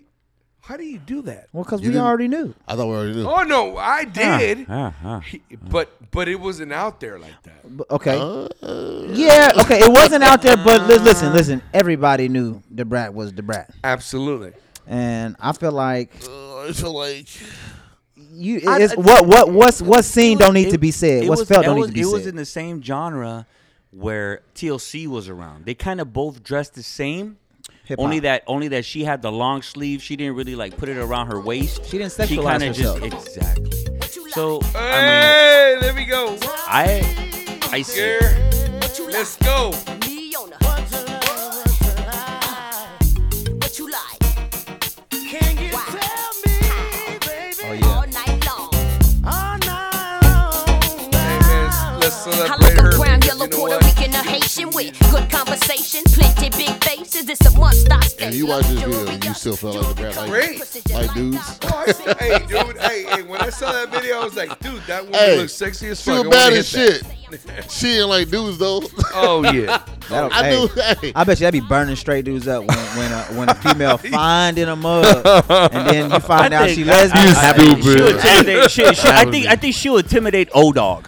how do you do that? Well, because You we didn't- already knew. I thought we already knew. Oh no, I did. Ah, ah. He- But but it wasn't out there like that. But, okay. yeah. Okay. It wasn't out there, but li- listen, listen. Everybody knew the brat was the brat, Absolutely. and I feel like Uh, I feel like you. It's, what what what's what's seen don't need to be said. uh, It What's was- felt it don't need was- to be It said. was in the same genre where TLC was around. They kind of both dressed the same. Hip-hop. Only that, only that she had the long sleeve. She didn't really like put it around her waist. She didn't She sexualize kinda herself. Just, exactly. So I mean, Hey, there we go. I, I see. it. Here, let's go. Oh, yeah. Hey, man, let's I celebrate like her. a brown, because yellow, you know Puerto what? Rican, a Haitian with good conversation, plenty big faces. It's a one-stop station. If you watch this video, you still felt like the brat. Like, Great. like dudes. Oh, I see. hey, dude. Hey, hey, when I saw that video, I was like, dude, that woman Hey, looks sexy as She fuck. was I bad wanna as hit shit. She ain't like dudes though. that. Oh yeah. That'll- I hey, knew. Hey, I bet you that be burning straight dudes up when when a, when a female find in a mug, and then you find out she lesbian. I- I- Hey, I- she'll intimidate- she- she- I think I think she'll intimidate O Dog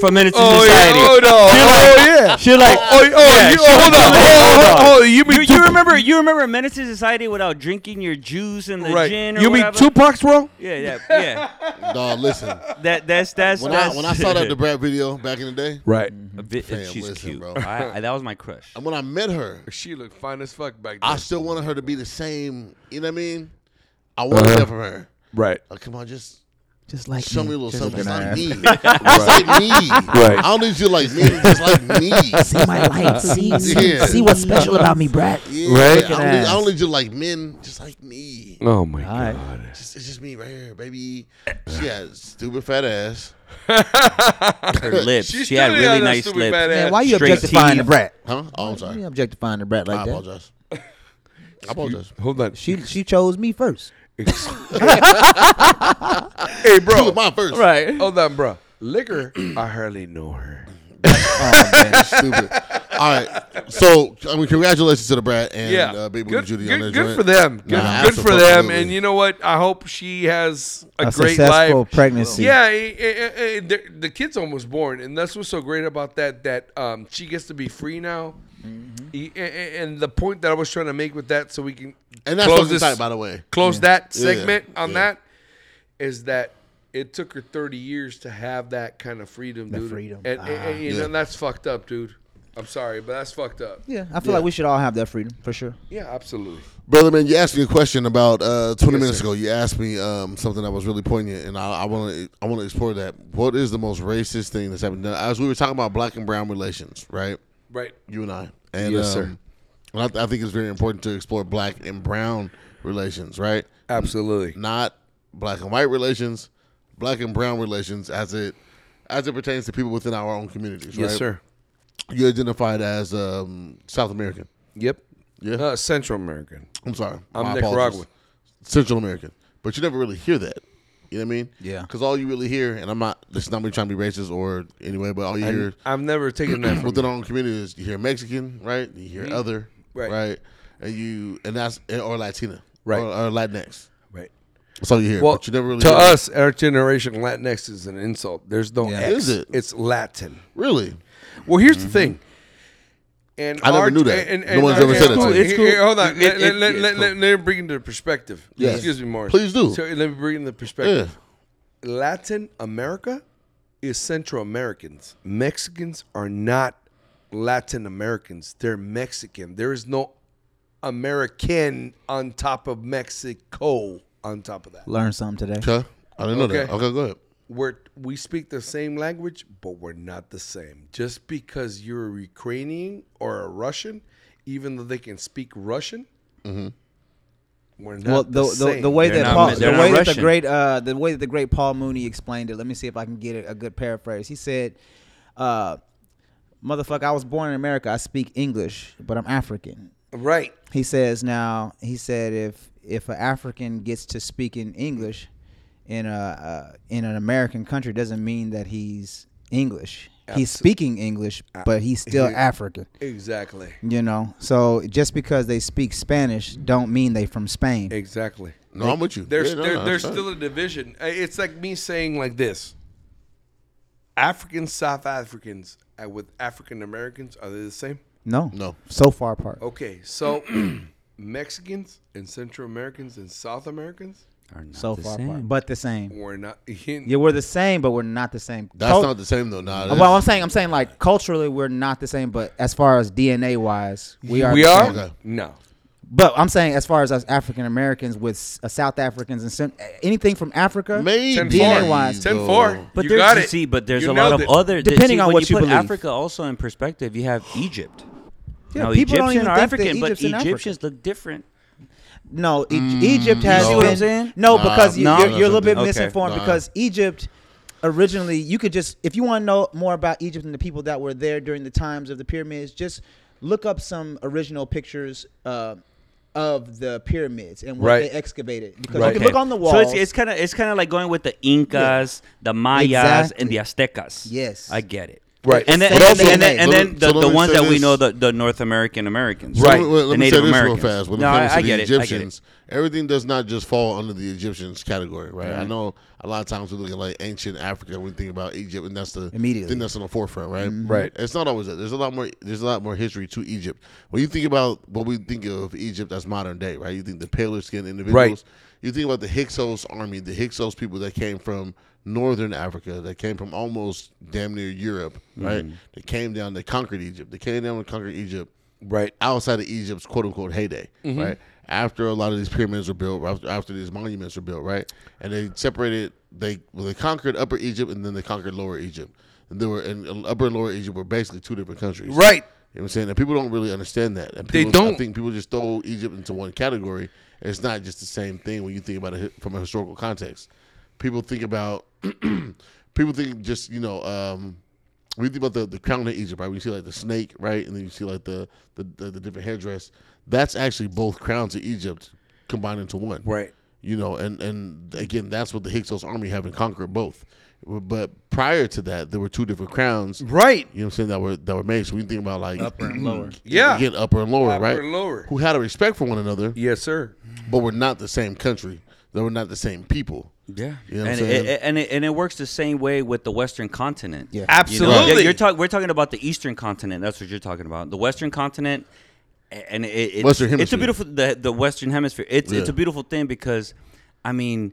from Innocent Oh yeah. Society. Oh no. Oh yeah. She's like, Oh, oh, you, oh, hold on. Oh, oh, oh, you mean you, you remember you remember Menace to Society without drinking your juice in the right. gin or you mean whatever? Tupac's bro? Yeah, yeah, yeah. dog, listen. That that's that's When I that's when I saw that the brat video back in the day, Right. A bit- Fam, she's listen, cute. bro. I, I- that was my crush. and when I met her, She looked fine as fuck back then. I still wanted her to be the same. You know what I mean? I wanted Uh-huh. that from her. right. Like, come on, just Just like show me a little Just something. Just like like me. me. Just like me. I don't need you to like me. Just like me. See my light. See, see, Yeah. see what's special about me, brat. Yeah, Right? I don't, need, I don't need you to like men. Just like me. Oh my right. god. Just, it's just me right here, baby. She had stupid fat ass. Her lips. She's She had still really on that nice stupid lips. badass. Man, why you Straight objectifying the teeth. brat? Huh? Oh, I'm Why You sorry. objectifying the brat I like that? apologize. I apologize. Hold on. She she chose me first. hey, She was bro. mine first. Right. Hold on, bro. Liquor. I hardly know her. Oh, Stupid. All right. So, I mean, congratulations to the brat and Yeah. uh, Baby good, Judy good, on their good joint. for them. Good, Nah, good for them. absolutely. And you know what? I hope she has a, A great successful life. pregnancy. Yeah, eh, eh, eh, eh, the- the kid's almost born, and that's what's so great about that. That um, she gets to be free now. Mm-hmm. E- eh, eh, And the point that I was trying to make with that, so we can And that's close fucking this- tight, by the way. close that segment on yeah. that is that it took her 30 years to have that kind of freedom, dude. freedom. Ah. And, and- and, you Yeah. know, that's fucked up, dude. I'm sorry, but that's fucked up. Yeah, I feel like we should all have that freedom for sure. Yeah, absolutely. Brother man, you asked me a question about uh, twenty minutes sir. ago. You asked me um, something that was really poignant, and I want to I want to explore that. What is the most racist thing that's happened? Now, As we were talking about black and brown relations, right? Right. You and I, and Yes, sir. um, And I, th- I think it's very important to explore black and brown relations, right? Absolutely. Not black and white relations, black and brown relations as it as it pertains to people within our own communities. Yes, right? sir. You identified as um, South American. Yep. Yeah. Uh, Central American. I'm sorry. I'm My Nicaraguan. apologies. Central American. But you never really hear that. You know what I mean? Yeah. Because all you really hear, and I'm not, this is not me trying to be racist or anyway, but all you And hear I've never taken that from within our own community is you hear Mexican, right? You hear other, Mm-hmm. Right. right. And you, and that's, or Latina, Right. Or, or Latinx. Right. That's all you hear. Well, but you never really to hear- us, our generation, Latinx is an insult. There's no X. Is it? It's Latin. Really? Well, here's the thing. And I never our- knew that. And, No and one's our- ever said and- that to me. here- here, Hold on. Let, It- it- let, let, it's let, cool. let me bring it into perspective. Yes. Excuse me, Morris. Please do. So let me bring it into Yeah. perspective. Latin America is Central Americans. Mexicans are not Latin Americans. They're Mexican. There is no American on top of Mexico on top of that. Learn something today. Okay. I didn't know that. Okay. Okay, go ahead. we're we speak the same language, but we're not the same. Just because you're a Ukrainian or a Russian, even though they can speak Russian, we're not Mm-hmm. Well, the, the, the, same. the way that They're not- Paul, the they're not way that the Russian. great uh, the way that the great Paul Mooney explained it. Let me see if I can get it, a good paraphrase. He said, uh, "Motherfucker, I was born in America. I speak English, but I'm African." right. He says now. He said if if an African gets to speak in English in a uh, in an American country, doesn't mean that he's English. He's speaking English, but he's still African. Exactly. You know, so just because they speak Spanish, don't mean they from Spain. Exactly. No, I'm with you. There's Yeah, no, there, no, there's that's still a right. division. Uh, It's like me saying like this. Africans, South Africans, uh, with African Americans, are they the same? No, No. so far apart. Okay, so Mexicans and Central Americans and South Americans Are not so the far same. apart, but the same. were not. Yeah, we're the same, but we're not the same. That's Cul- not the same though. Nah, well, I'm that's- saying, I'm saying, like culturally, we're not the same, but as far as DNA wise, we are. we the are same. Okay. no. But I'm saying, as far as us African Americans with s- uh, South Africans and Cent- anything from Africa, Maybe, DNA wise, though. 10-4. But You there's got you it. see, but there's You a lot nailed of it. other. that- Depending see, on when what you put believe. Africa also in perspective. You have Egypt. Yeah, now, people don't Egyptians even think are that African, but Egypt's in Africa. Egyptians look different. no, E- Egypt has no. been. See what I'm saying? No, Nah, because you- nah, you're, that's you're a little bit something- okay. misinformed. Nah. Because Egypt originally, you could just if you want to know more about Egypt and the people that were there during the times of the pyramids, just look up some original pictures. Uh, of the pyramids and what Right. they excavated because Right. you can look on the walls. So it's, it's kind of it's kind of like going with the Incas, the Mayas, Exactly. and the Aztecas. Yes. I get it. Right. And then But and, also- then, and then, and so then let- the, so let the me ones say that we this. know the, the North American Americans. So Let Right. me, let the me say Native this Americans. real fast. When no, it comes I, I to get the it. I get it. Egyptians, everything does not just fall under the Egyptians category, right? I know a lot of times we look at like ancient Africa when we think about Egypt, and that's the Immediately. thing that's on the forefront, right? Mm-hmm. Right. It's not always that. There's a lot more. There's a lot more history to Egypt. When you think about what we think of Egypt as modern day, right? You think the paler skinned individuals. You think about the Hyksos army, the Hyksos people that came from northern Africa, that came from almost damn near Europe, right? They came down, they conquered Egypt. They came down and conquered Egypt Right. outside of Egypt's quote unquote heyday, right? After a lot of these pyramids were built, after- after these monuments were built, right? And they separated, they well, they conquered Upper Egypt and then they conquered Lower Egypt. And they were in Upper and Lower Egypt were basically two different countries, Right. You know what I'm saying? And people don't really understand that. And They people, don't. I think people just throw Egypt into one category. It's not just the same thing when you think about it hi- from a historical context. People think about people think just you know um we think about the, the crown of Egypt, right? We see like the snake, right, and then you see like the the, the, the different headdress. That's actually both crowns of Egypt combined into one, Right. You know, and and again, that's what the Hyksos army haven't conquered both. But prior to that, there were two different crowns, Right. You know what I'm saying that were that were made. So we think about like upper and lower, Yeah. again, upper and lower, Upper right? and lower. Who had a respect for one another, Yes, sir. but were not the same country. They were not the same people. Yeah, You know what I'm and, saying? it, it- and it and it works the same way with the Western continent. Yeah. Absolutely. You're, talking. We're talking about the Eastern continent. That's what you're talking about. The Western continent, a- and it, it's, Western It's a hemisphere. beautiful the the Western hemisphere. It's it's Yeah. a beautiful thing because, I mean,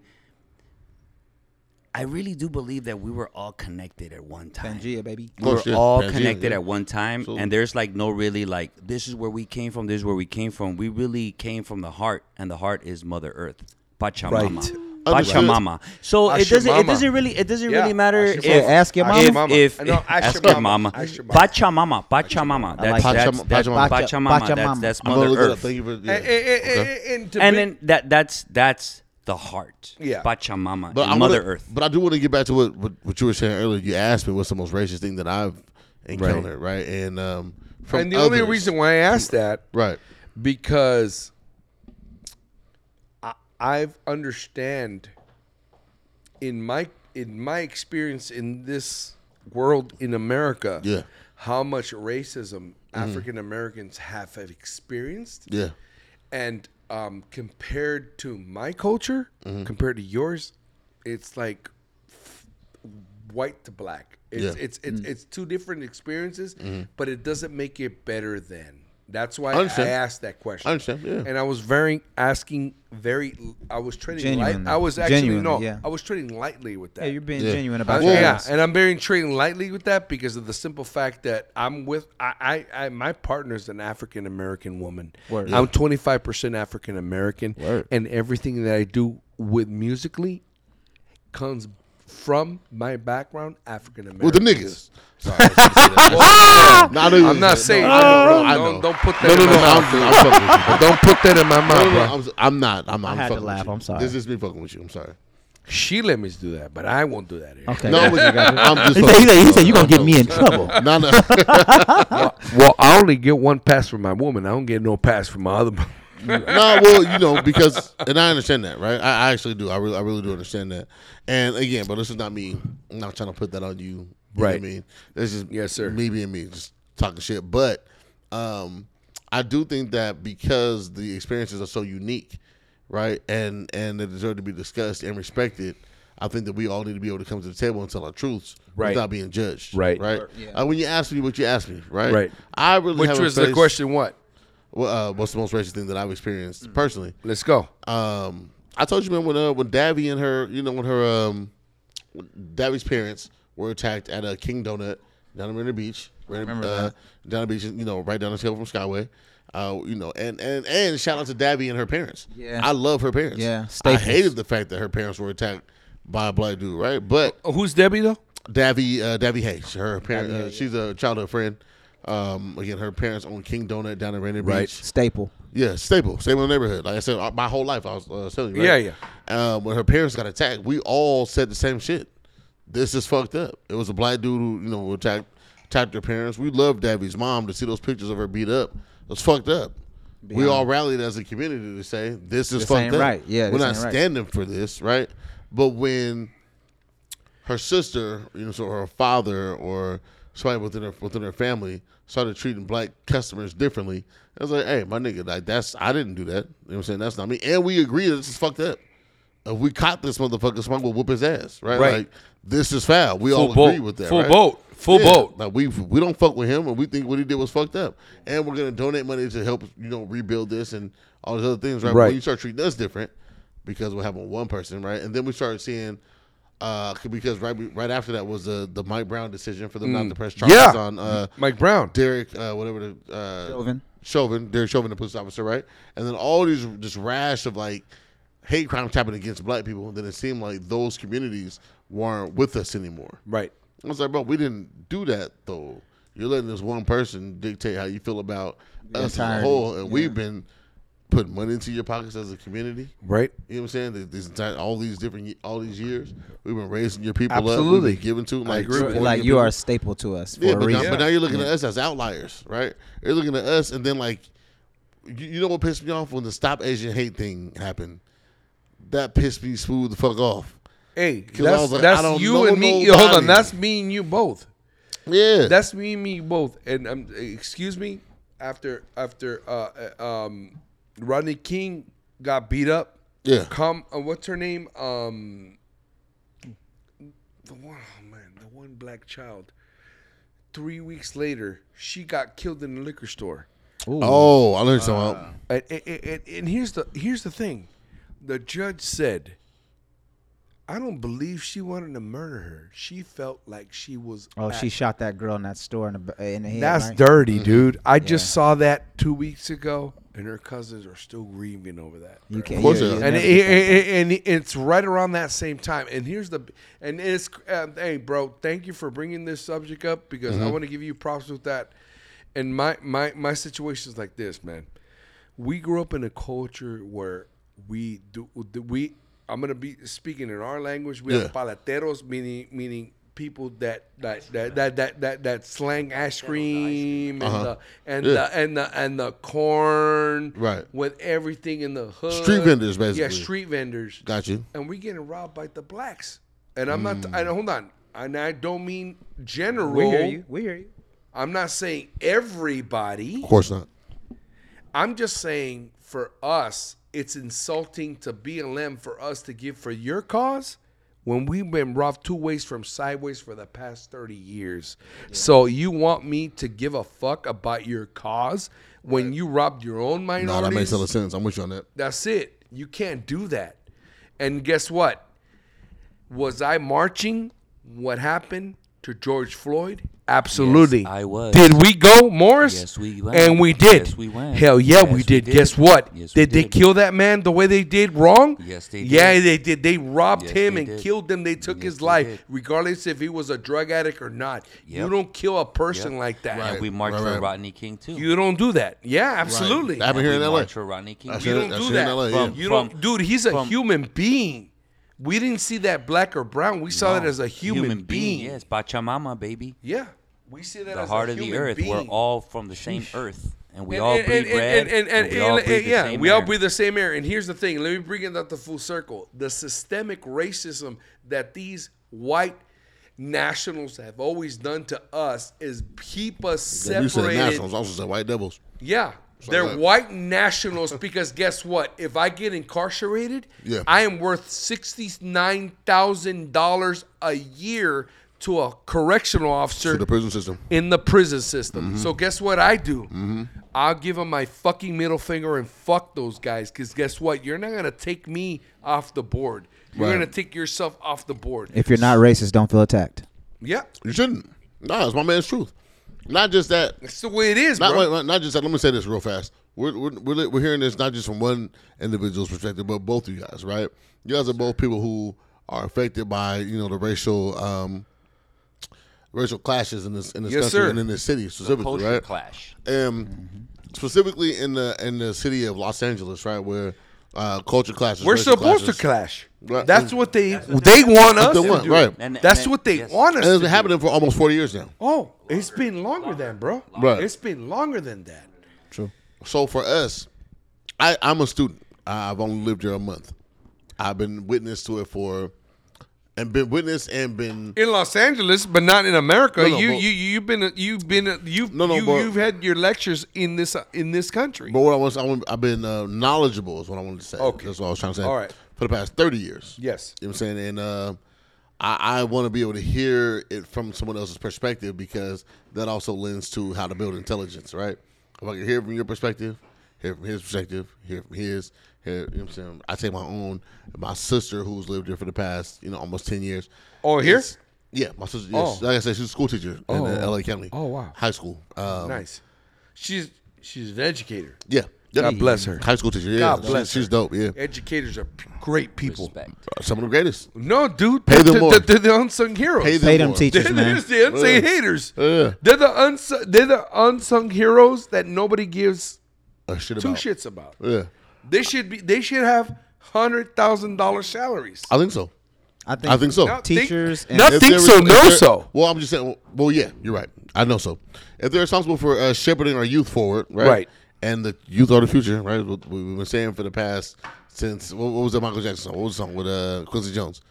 I really do believe that we were all connected at one time. Pangea, baby. Oh, we're shit. all Pangea, connected yeah. at one time and there's like no really like this is where we came from this is where we came from we really came from the heart and the heart is mother earth pachamama Right. Understood. pachamama so it doesn't it Ashamama. doesn't really it doesn't Yeah, really matter Ashamama. if Yeah, ask your if, mama. if, No, ask ask your your mama. mama Ask your mama. pachamama pachamama that's like that. that's that's Pachamama. pachamama that's Pachamama. that's I'm gonna mother look it up. earth Thank you for yeah. And, and- and- Okay. and to and be- then that that's that's the heart Yeah. pachamama But and I mother wanna, earth But I do want to get back to what, what what you were saying earlier. You asked me what's the most racist thing that I've encountered, right? And um, from and the only others. reason why I asked that right? because I, I've understand in my in my experience in this world in America, Yeah. Mm-hmm. how much racism African Americans have, have experienced, Yeah, and um, compared to my culture, Mm-hmm. compared to yours, it's like f- white to black. It's Yeah. Mm. Mm-hmm. it's it's, it's two different experiences, but it doesn't make it better. Then that's I why I, understand. asked that question. I understand, yeah. and I was very asking very. I was treading light. Genuinely. I was actually Genuinely, no. yeah. I was treading lightly with that. Yeah, you're being Yeah. genuine I- about your yeah, ass. and I'm being treating lightly with that because of the simple fact that I'm with I, I, I my partner's an African American woman. Word. I'm 25 percent African American, Word. and everything that I do with musically comes from my background, African American. With the niggas. Ah! Nah, I know you I'm not said- saying. no, I know, bro, I don't, know. don't put that No, in no, my no, mouth. I'm- I'm fucking with you. dude. don't put that in my No, mouth, no, no, bro. I'm, s- I'm not. I'm, I'm I had to fucking with laugh, you. I'm sorry. This is me fucking with you. I'm sorry. She let me do that, but I won't do that here. Okay. No, I'm with you. I'm just He fucking said, he said, he said with you gonna get me in No, trouble. No, no. Well, I only get one pass from my woman. I don't get no pass from my other. mo- no, well, you know, because and I understand that, right? I, I actually do. I really, I really do understand that. And again, but this is not me. I'm not trying to put that on you. you know what I Right. mean, this is Yes, sir. Me being me, just talking shit. But um, I do think that because the experiences are so unique, right, and and they deserve to be discussed and respected. I think that we all need to be able to come to the table and tell our truths Right. without being judged. Right. Right. Uh, when you ask me what you ask me, right? Right. I really Which haven't was the faced- question? What? Well, uh, what's the most racist thing that I've experienced personally? Let's go. um, I told you man when uh, when Davy and her, you know, when her um, when Davy's parents were attacked at a King Donut down in Marina Beach, right, uh, down the beach, you know, right down the hill from Skyway. Uh, you know, and and and shout out to Davy and her parents. Yeah. I love her parents. Yeah, I staples. hated the fact that her parents were attacked by a black dude, right? But Oh, who's Debbie though? Davy uh, Davy Hayes, her parent, uh, she's a childhood friend. Um, again, her parents own King Donut down in Marina Right. Beach. Staple. Yeah, stable, stable in the neighborhood. Like I said, uh, my whole life I was uh, telling you. Right? Yeah, yeah. Um, when her parents got attacked, we all said the same shit. This is fucked up. It was a black dude who you know attacked attacked their parents. We loved Davy's mom to see those pictures of her beat up. It was fucked up. We all rallied as a community to say this is This fucked ain't up. right. Yeah, we're this not ain't right. standing for this, right? But when her sister, you know, so her father or somebody within her within her family started treating black customers differently. I was like, hey, my nigga, like that's I didn't do that. You know what I'm saying? That's not me. And we agree that this is fucked up. If we caught this motherfucker, someone will whoop his ass, right? Right. Like this is foul. We all Full agree boat. with that. Full right? boat. Full boat. Like we we don't fuck with him, and we think what he did was fucked up. And we're gonna donate money to help you know rebuild this and all these other things, right? But Right. When you start treating us different, because what happened with one person, right? And then we started seeing, uh, c- because right right after that was the the Mike Brown decision for them not to press charges Mm. Yeah. on uh Mike Brown. Derek uh, whatever the uh, Chauvin. Chauvin, Derek Chauvin, the police officer, right? And then all these just rash of like hate crimes happening against black people. Then it seemed like those communities weren't with us anymore. Right. I was like, bro, we didn't do that though. You're letting this one person dictate how you feel about us as a entirety, whole, and we've been putting money into your pockets as a community. Right. You know what I'm saying? This- This entire, all these different, ye- all these years, we've been raising your people up, Absolutely. we've been giving to them, like, agree with supporting Like your you people. are a staple to us for Yeah, a but now, reason. but now you're looking at us as outliers, right? You're looking at us, and then like, you, you know what pissed me off when the Stop Asian Hate thing happened? That pissed me smooth the fuck off. Hey, I that's, was like, I that's don't know you and me. nobody. Hold on, that's me and you both. Yeah, That's me and me both. And um, excuse me, after after uh, uh, um, Rodney King got beat up. Yeah. Come, uh, what's her name? Um, the one, oh man, the one black child. Three weeks later, she got killed in a liquor store. oh, I learned something. About. And, and, and, and here's the here's the thing, the judge said, "I don't believe she wanted to murder her. She felt like she was." Oh, she act- shot that girl in that store in the, b- in the head. That's right? Mm-hmm. dirty, dude. I just saw that two weeks ago, and her cousins are still grieving over that. You can't. course you it is. And, it, it- it- and it's right around that same time. And here's the, and it's, um, hey, bro, thank you for bringing this subject up because Mm-hmm. I want to give you props with that. And my my my situation's like this, man. We grew up in a culture where we do we. I'm gonna be speaking in our language. We Yeah. have palateros, meaning meaning people that that that that that that, that slang ice cream and the and Uh-huh. Yeah. the and the and the corn Right. with everything in the hood. Street vendors, Uh, Yeah, basically. street vendors. Got Mm. you. And we're getting robbed by the blacks. And I'm not. I, hold on. And I don't mean general. We hear you. We hear you. I'm not saying everybody. Of course not. I'm just saying for us, it's insulting to BLM for us to give for your cause when we've been robbed two ways from sideways for the past 30 years. So you want me to give a fuck about your cause when you robbed your own No, minorities? Uh, that makes a lot of sense. I'm with you on that. That's it. You can't do that. And guess what? Was I marching? What happened? to George Floyd? Absolutely. Yes, I was. Did we go, Morris? Yes, we went. And we did. Yes, we went. Hell yeah, Yes, we we did. did. Guess what? Yes, we did they did. kill that man the way they did wrong? Yes, they Yeah, did. they did. They robbed Yes, him they and did. killed him. They took Yes, his they life, did. regardless if he was a drug addict or not. You Yep. don't kill a person Yep. like that. And we marched Right, for right. Rodney King too. You don't do that. Yeah, absolutely. That happened here we in L.A. marched for Rodney King. That's You it. don't That's do here in that. LA, From- yeah. You from- don't, dude. He's a from- human being. We didn't see that black or brown. We saw it as a human, being. Yes, Pachamama, baby. Yeah, we see that the as heart a of the human earth. Being. We're all from the same earth, and we And- all and- breathe and- red. and- and- and- we all and- breathe the yeah, same we all air. breathe the same air. And here's the thing. Let me bring it up the full circle. The systemic racism that these white nationals have always done to us is keep us You said separated nationals, I also said white devils. Yeah. They're like- white nationals because guess what? If I get incarcerated, Yeah. I am worth $69,000 a year to a correctional officer To the Mm-hmm. prison system. in the prison system. So guess what I do? Mm-hmm. I'll give them my fucking middle finger and fuck those guys. Because guess what? You're not going to take me off the board. You're Right. going to take yourself off the board. If you're not racist, don't feel attacked. yeah. You shouldn't. Nah, it's my man's truth. Not just that. That's the way it is, Not bro. wait, not just that. Let me say this real fast. We're, we're we're li- we're hearing this not just from one individual's perspective, but both of you guys, right? You guys are both people who are affected by you know the racial um racial clashes in this in this Yes, country sir. and in this city specifically, culture right? clash. Um, Mm-hmm. specifically in the in the city of Los Angeles, right, where uh, culture clashes. We're racial supposed clashes, to clash. Right. That's what they they want us They to want, do. right. And- That's and- what they yes. want us And it's to been do. happening for almost forty years now. Oh, it's been longer than, bro. Right. It's been longer than that. True. So for us, I, I'm a student. I've only lived here a month. I've been witness to it for, and been witness and been In Los Angeles, but not in America. No, no, you but- you you've been you've been you've No, no, you, but- you've had your lectures in this in this country. But what I was, I want, I've been uh, knowledgeable is what I wanted to say. Okay. that's what I was trying to say. All right. for the past thirty years. Yes. you know what I'm saying, and uh, I, I want to be able to hear it from someone else's perspective because that also lends to how to build intelligence, right? If I can hear from your perspective, hear from his perspective, hear from his, hear, you know what I'm saying. I take my own. My sister, who's lived here for the past, you know, almost ten years. Oh, here? is- Yeah, my sister. Yes, Oh. like I said, she's a school teacher in uh, L.A. County. Oh, wow. high school. Um, nice. She's she's an educator. Yeah. God bless her. High school teacher. Yeah, God She- bless she's her. dope. Yeah. Uh, Educators are p- great people. Respect. Some of the greatest. No, dude, Pay they're, them they're- more. they're the unsung heroes. Pay them, Pay them more. teachers, man. There's the unsung haters. Yeah. They're the unsung. They're the unsung heroes that nobody gives Uh, shit two about. shits about. Yeah. They should be. They should have hundred thousand dollar salaries. I think so. I think, I think so. Now, think- teachers and now- I If think they're- so, if no they're- so. Well, I'm just saying. Well, well, yeah, you're right. I know so. If they're responsible for uh, shepherding our youth forward, right? Right. And the youth are the future, right? What what we've been saying for the past since what, what was that Michael Jackson song? What was the song with uh, Quincy Jones?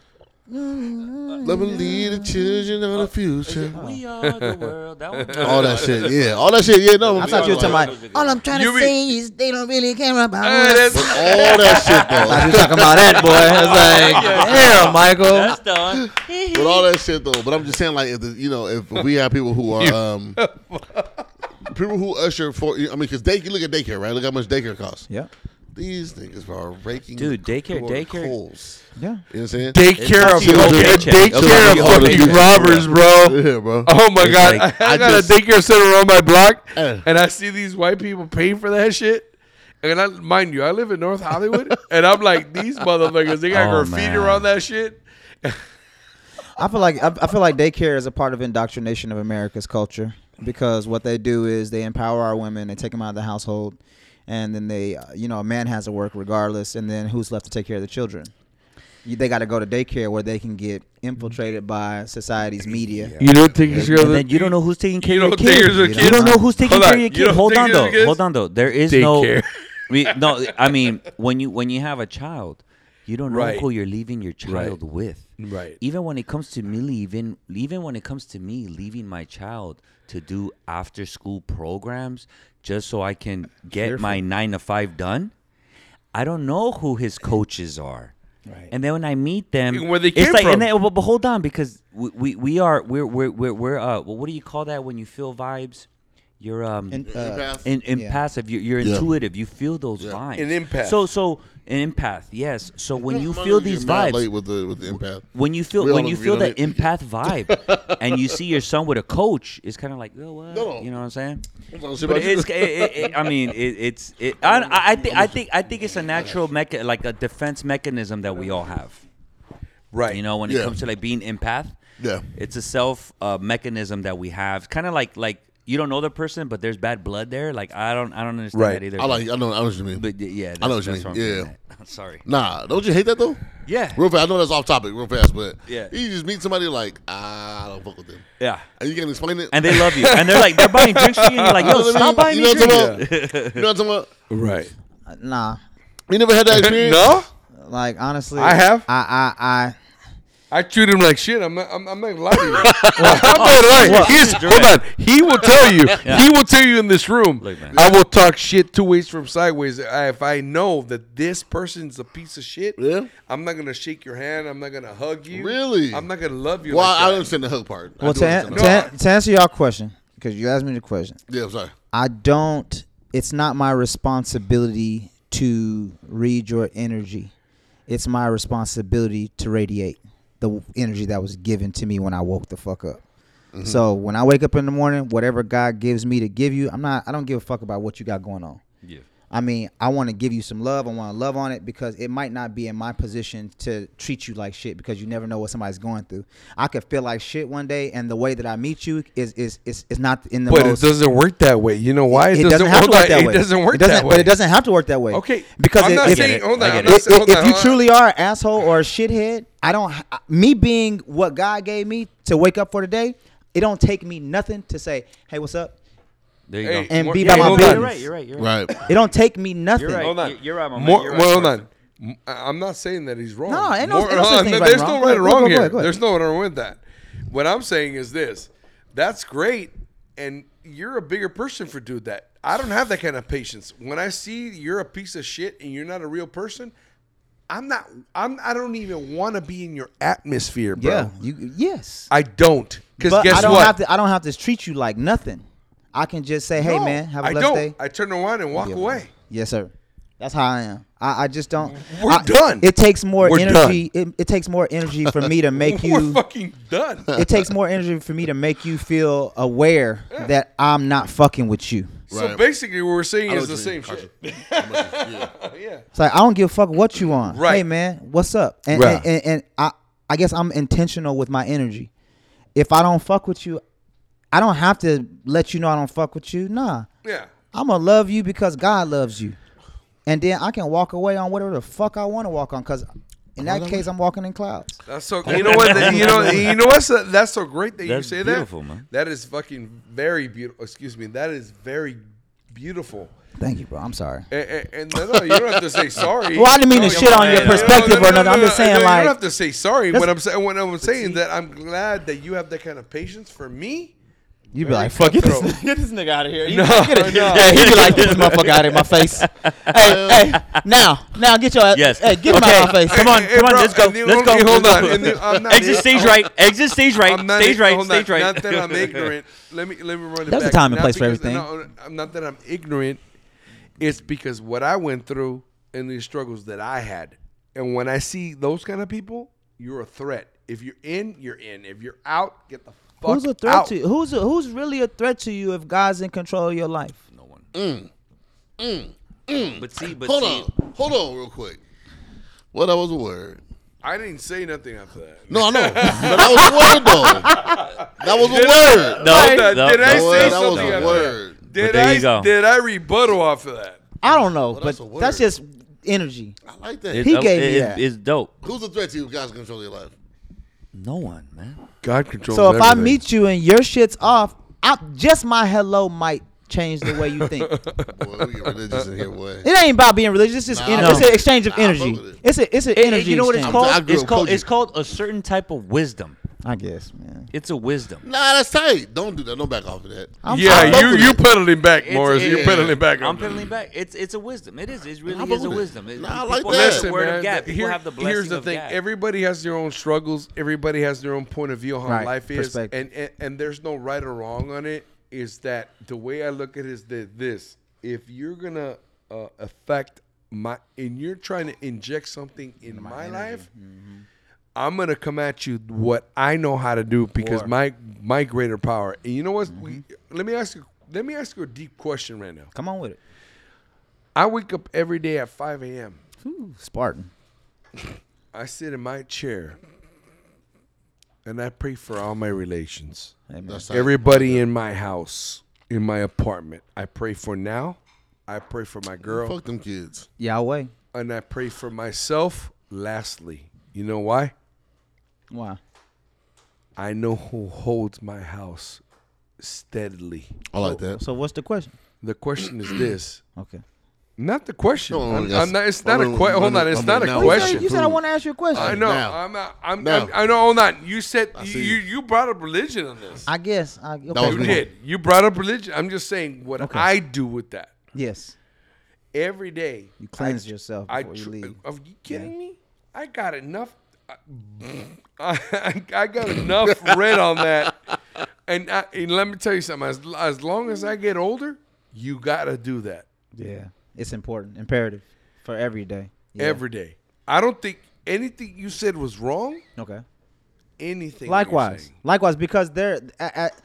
Let me lead the children of the future. We are the world. That was All that shit, yeah. All that shit, yeah. No, I thought you were talking all about. All I'm trying You to re- say is they don't really care about. Hey, us. that's- that shit though. I was talking about that boy. I was like, damn, Michael. That's done. with all that shit though. But I'm just saying, like, if the, you know, if we have people who are um, people who usher for, I mean, because day, you look at daycare, right? Look how much daycare costs. Yeah, These niggas are raking, Dude, daycare- toward daycare- coals. yeah. You know what I'm saying? Daycare of It's fucking, not the old paycheck. daycare of It's not the old fucking paycheck. robbers, bro. yeah, bro. Oh my It's god, like, I, I got just- a daycare center on my block, Eh. and I see these white people paying for that shit. And I mind you, I live in North Hollywood, and I'm like, these motherfuckers, they got Oh, graffiti man. around that shit. I feel like I, I feel like daycare is a part of indoctrination of America's culture because what they do is they empower our women, they take them out of the household, and then they, uh, you know, a man has to work regardless, and then who's left to take care of the children? You- They got to go to daycare where they can get infiltrated by society's media. You don't think it's And then you don't know who's taking care You of your don't think kid. it's your You kids? don't know who's taking Hold care on. of your You kid. don't Hold think on it's your though. kids? Hold on though. There is Take no. care. We, no, I mean when you when you have a child, you don't know Right. who you're leaving your child with. Right. Even when it comes to me leaving, even when it comes to me leaving my child to do after school programs just so I can get my nine to five done, I don't know who his coaches are. Right. And then when I meet them, Where they it's came like, from. and then, but, but hold on, because we, we, we are we're we're we're, we're uh, well, what do you call that when you feel vibes? You're um And, uh, Pass. in, in Yeah. passive. You're, you're Yeah. intuitive. You feel those vibes. An empath. So so An empath, yes. So when you My feel nigga these get mad vibes, late with the with the empath. when you feel We when all- you we feel all that need- empath vibe, and you see your son with a coach, it's kind of like, oh, what? No. you know what I'm saying? Don't say But about you. it's, it, it, it, I mean, it, it's, it, I, I- I think, I think, I think it's a natural mecha, like a defense mechanism that we all have. Right. You know, when it Yeah. comes to like being empath, Yeah. it's a self uh, mechanism that we have. Kind of like like you don't know the person, but there's bad blood there. Like I don't, I don't understand Right. that either. I like. I know. I know what you mean. but y- yeah, I know that's- what you mean. that's I'm Yeah. getting at. Sorry. Nah, don't you hate that though? Yeah. Real fast. I know that's off topic. Real fast, but Yeah. you just meet somebody like ah, I don't fuck with them, Yeah. and you can explain it. And they love you, and they're like they're buying drinks for you, and you're like, You know yo, what I stop mean? buying You know me drinks. what I'm talking about? You know what I'm talking about? Right. Uh, Nah, You never had that experience? No, like honestly, I have? I I I. I treat him like shit. I'm not, I'm, I'm not gonna lie to you. I'm not Well, lying. He's, you're hold right. on. He will tell you. He will tell you in this room. Look, man. I will talk shit two ways from sideways. I- If I know that this person's a piece of shit, Yeah. I'm not gonna shake your hand. I'm not gonna hug you. Really? I'm not gonna love you. Well, like I that. don't understand the hug part. I Well, do to, an- understand to, the hug an- to answer y'all question, because you asked me the question, part. Yeah, I'm sorry. I don't. It's not my responsibility to read your energy. It's my responsibility to radiate the w- energy that was given to me when I woke the fuck up. So when I wake up in the morning, whatever God gives me to give you, I'm not. I don't give a fuck about what you got going on. Yeah. I mean, I want to give you some love. I want to love on it because it might not be in my position to treat you like shit because you never know what somebody's going through. I could feel like shit one day, and the way that I meet you is is is, is not in the But it most. doesn't work that way. You know why? it doesn't have to hold work on, that way. It doesn't work It doesn't- that way. But it doesn't have to work that way. Okay. Because I'm it- not if, saying- if- hold on, if- I'm not saying- if- hold if on, you hold on. truly are an asshole or a shithead, I don't. I- Me being what God gave me to wake up for today, it don't take me nothing to say, "Hey, what's up?" There you Hey, go. and more- be yeah, by my hold business. on. You're right. You're right. You're right. Right. It don't take me nothing. You're right. Hold on. You're right, my man. More, You're right, well, hold Marcus. on. M- I- I'm not saying that he's wrong. No, ain't no- More- ain't no such thing as right There's and no wrong. right or Go ahead, wrong go ahead, here. go ahead. There's no right or wrong with that. What I'm saying is this: that's great, and you're a bigger person for doing that. I don't have that kind of patience. When I see you're a piece of shit and you're not a real person, I'm not. I'm. I don't even want to be in your atmosphere, bro. Yeah. You, yes. I don't. Because But guess I don't what? have to. I don't have to treat you like nothing. I can just say, "Hey, No, man, have a I blessed don't. day." I turn around and walk Yeah. away. Yes, sir. That's how I am. I, I just don't. We're I- done. It takes more We're energy. It, it takes more energy for me to make We're you. fucking done. It takes more energy for me to make you feel aware that I'm not fucking with you. So Right. basically, what we're saying I know is what the you mean, same shit. Gotcha. Yeah. Yeah. It's like I don't give a fuck what you on. Right. Hey man, what's up? And Right. and, and, and I I guess I'm intentional with my energy. If I don't fuck with you, I don't have to let you know I don't fuck with you. Nah. Yeah. I'm gonna love you because God loves you, and then I can walk away on whatever the fuck I want to walk on. Cause in that case, I'm walking in clouds. That's so. You know what? You know. You know what's that's so great that That's you say beautiful, that. man. That is fucking very beautiful. Excuse me. That is very beautiful. Thank you, bro. I'm sorry. And, and, and no, no, you don't have to say sorry. Well, I didn't mean No, to you shit don't- on your no, no, perspective no, or no, nothing. I'm no, just no, saying, you like- don't have to say sorry. What I'm saying, when I'm saying see- that, I'm glad that you have that kind of patience for me. You'd be like, fuck Get this, Bro. get this nigga out of here. He- No, get it. no. Yeah, he'd be like, get this motherfucker out of my face. hey, hey, now, now, get your ass. Yes. Hey, get him Okay. out of my face. Come on, Hey, hey, come on, bro, let's go. and you- Let's go. okay, hold let's on. go. And you- I'm not- Exit stage I'm- right. Exit stage right. I'm not Stage right. hold on. Stage right. Not that I'm ignorant. Let me let me run it There's a back. time and Not place for because- everything. No, I'm not that I'm ignorant. It's because what I went through and the struggles that I had. And when I see those kind of people, you're a threat. If you're in, you're in. If you're out, get the fuck who's a threat out. to you? Who's a, who's really a threat to you if God's in control of your life? But see, but Hold see, on. Hold on, real quick. Well, that was a word. I didn't say nothing after that. No, I know. but that was a word, though. That was a word. No, Hold no, on, did I That no, was- that say was something a after word. that? Did there I you go. did I rebuttal off of that? I don't know, that's a but word. that's just energy. I like that. It's- He oh, gave it- me it's- that. It's dope. Who's a threat to you if God's in control of your life? No one, man. God controls. So if I meet you and your shit's off, I, just my hello might change the way you think. Boy, we get religious in here, boy. it ain't about being religious. It's just Nah, ener- no. it's an exchange of Nah, I fuck energy. with it. It's a it's an It- it- energy. you know what it's exchange. called? called? I grew It's up called. coaching. It's called a certain type of wisdom. I guess, man. It's a wisdom. Nah, that's tight. Don't do that. Don't back off of that. I'm sorry. yeah, fuck you with you it. pedaling back, It's- Morris. it- You're pedaling back. I'm on that. pedaling back. It's it's a wisdom. It is. It I really fuck is a with it. wisdom. It- Nah, I people like that. have the Listen, word man, of God. th- People here- have the blessing Here's the of thing: God. everybody has their own struggles. Everybody has their own point of view on how Right, life is, perspective. and, and and there's no right or wrong on it. Is that the way I look at it? Is that this: if you're gonna uh, affect my and you're trying to inject something in my, life, I'm gonna come at you what I know how to do because my my greater power. And you know what? We, let me ask you. Let me ask you a deep question right now. Come on with it. I wake up every day at 5 a.m. Ooh, Spartan. I sit in my chair and I pray for all my relations. Amen. That's how- Everybody in my house, in my apartment. I pray for now. I pray for my girl. Fuck them kids. Yahweh. And I pray for myself. Lastly, you know why? Wow. I know who holds my house steadily. I like that. So what's the question? The question is this. Okay. Not the question. Hold on, I'm- yes. I'm not- it's Hold not a on, question. Hold hold on, on. It's hold not on, a now. Well, you said- question. you said I want to ask you a question. I know. Now. I'm, not- I'm, Now. I'm, I know. Hold on. You said you, see you you. you brought up religion on this. I guess. I, okay. was You me. did. You brought up religion. I'm just saying what Okay. I do with that Yes. every day. You cleanse yourself I before you tr- uh, leave. are you kidding me? I got enough. I, I, I got enough red on that. And, I, and let me tell you something. As, as long as I get older, you got to do that. Yeah. It's important, imperative for every day. Yeah. every day. I don't think anything you said was wrong. Okay. Anything. you're Likewise. saying. Likewise, because there. At, at,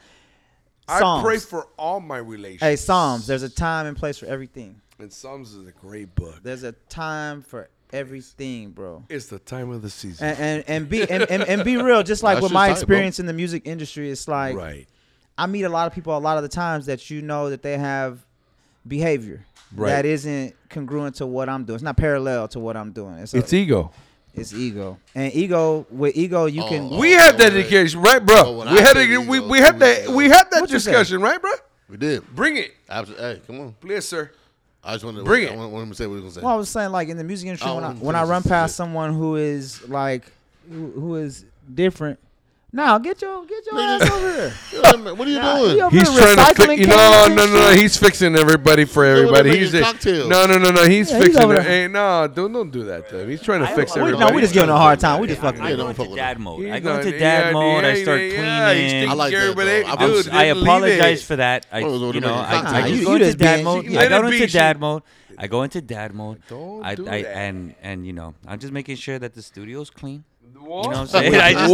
I pray Psalms. for all my relations. Hey, Psalms. There's a time and place for everything. and Psalms is a great book. There's a time for everything, bro. It's the time of the season. And and, and be and, and, and be real. Just like That's with just my tight, bro. experience in the music industry, it's like right. I meet a lot of people a lot of the times that you know that they have behavior Right. that isn't congruent to what I'm doing. It's not parallel to what I'm doing. It's a- It's ego. it's ego. And ego with ego you can Oh, We had that oh, wait. education, Oh, right, bro? when we, I had said a, ego we, two we had weeks that. ago. We had that What you say? discussion, right, bro? We did. Bring it, Absolutely. Hey, come on. please, sir. I just wanted to Bring I it. wanted, wanted him to say what he was gonna say. Well, I was saying like in the music industry, Oh, when I mm, when I this run is past it. someone who is like who, who is different. Now get your get your ass over here. what are you Nah, doing? you over He's here trying to recycling fix. You know, cans and no, no, no. shit. He's fixing everybody for over everybody. there He's making a- cocktails. no, no, no, no. He's Yeah, he's fixing. over it. there. Hey, no, don't don't do that to him. He's trying to fix We- everybody. no, we just giving him a hard time. We just I, fucking. I Yeah, don't went fuck to with dad him. mode. He's I go done- into dad yeah, mode. I yeah, start yeah, cleaning. yeah, he's thinking I like that, everybody- though. I'm- dude, I leave apologize it. for that. I, What was it you know, about? I, I, Nah, just you- go you into just dad being- mode. you I let go it be, into she- dad mode. I go into dad mode. Don't I, do I, that. And and you know, I'm just making sure that the studio's clean. What? You know what I'm saying? I just,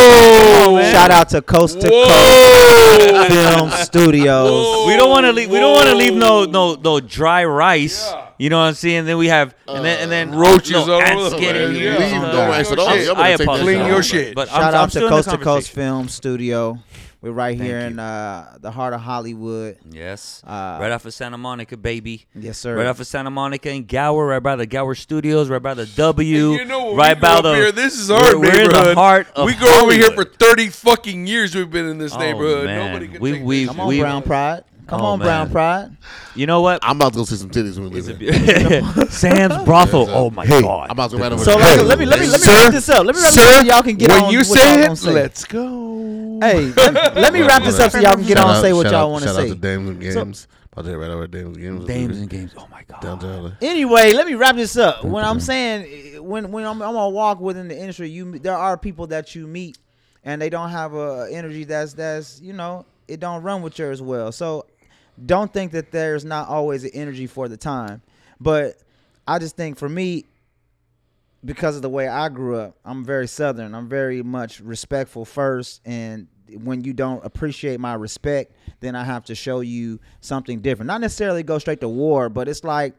Whoa! Shout out to Coast to Whoa! Coast Film Studios. we don't want to leave. We don't want to leave no no no dry rice. Yeah. Uh, You know what I'm saying? Then we have and then and then Roaches no, all ants over the get in place. here. Yeah. Leave Uh, no rice at all. I'm- Y'all better I take that apologize. Clean your shit. But I'm, Shout I'm out still to in the Coast to Coast conversation. Film Studio. We're right here Thank in you. uh, the heart of Hollywood. Yes. Uh, right off of Santa Monica, baby. Yes, sir. Right off of Santa Monica and Gower, right by the Gower Studios, right by the W. And you know, when right we grew by up the. here, this is our we're, neighborhood. We're in the heart of we grew over here for Hollywood. thirty fucking years. We've been in this Oh, neighborhood. man. Nobody can We- take we- this. Come on, We- Brown Pride. Come Oh, on, Brown man. Pride. You know what? I'm about to go see some titties when we leave. here. Sam's brothel. Oh my god. I'm about to go right over. So there. like, let me let me let me wrap this up. Let me wrap this up so y'all can get when on. you what say y'all it, gonna say. let's go. Hey, let, let me wrap this up so y'all can get Shout on and out- say what shout y'all out- want to Shout out say. to Dames and Games. About to head right over at Dames and Games. Dames and games. Oh my god. Downtown. LA. Anyway, let me wrap this up. When I'm saying when when I'm, I'm on a walk within the industry, you there are people that you meet, and they don't have a energy that's that's you know it don't run with yours well. So don't think that there's not always an energy for the time, but I just think for me. Because of the way I grew up, I'm very southern. I'm very much respectful first, and when you don't appreciate my respect, then I have to show you something different. Not necessarily go straight to war, but it's like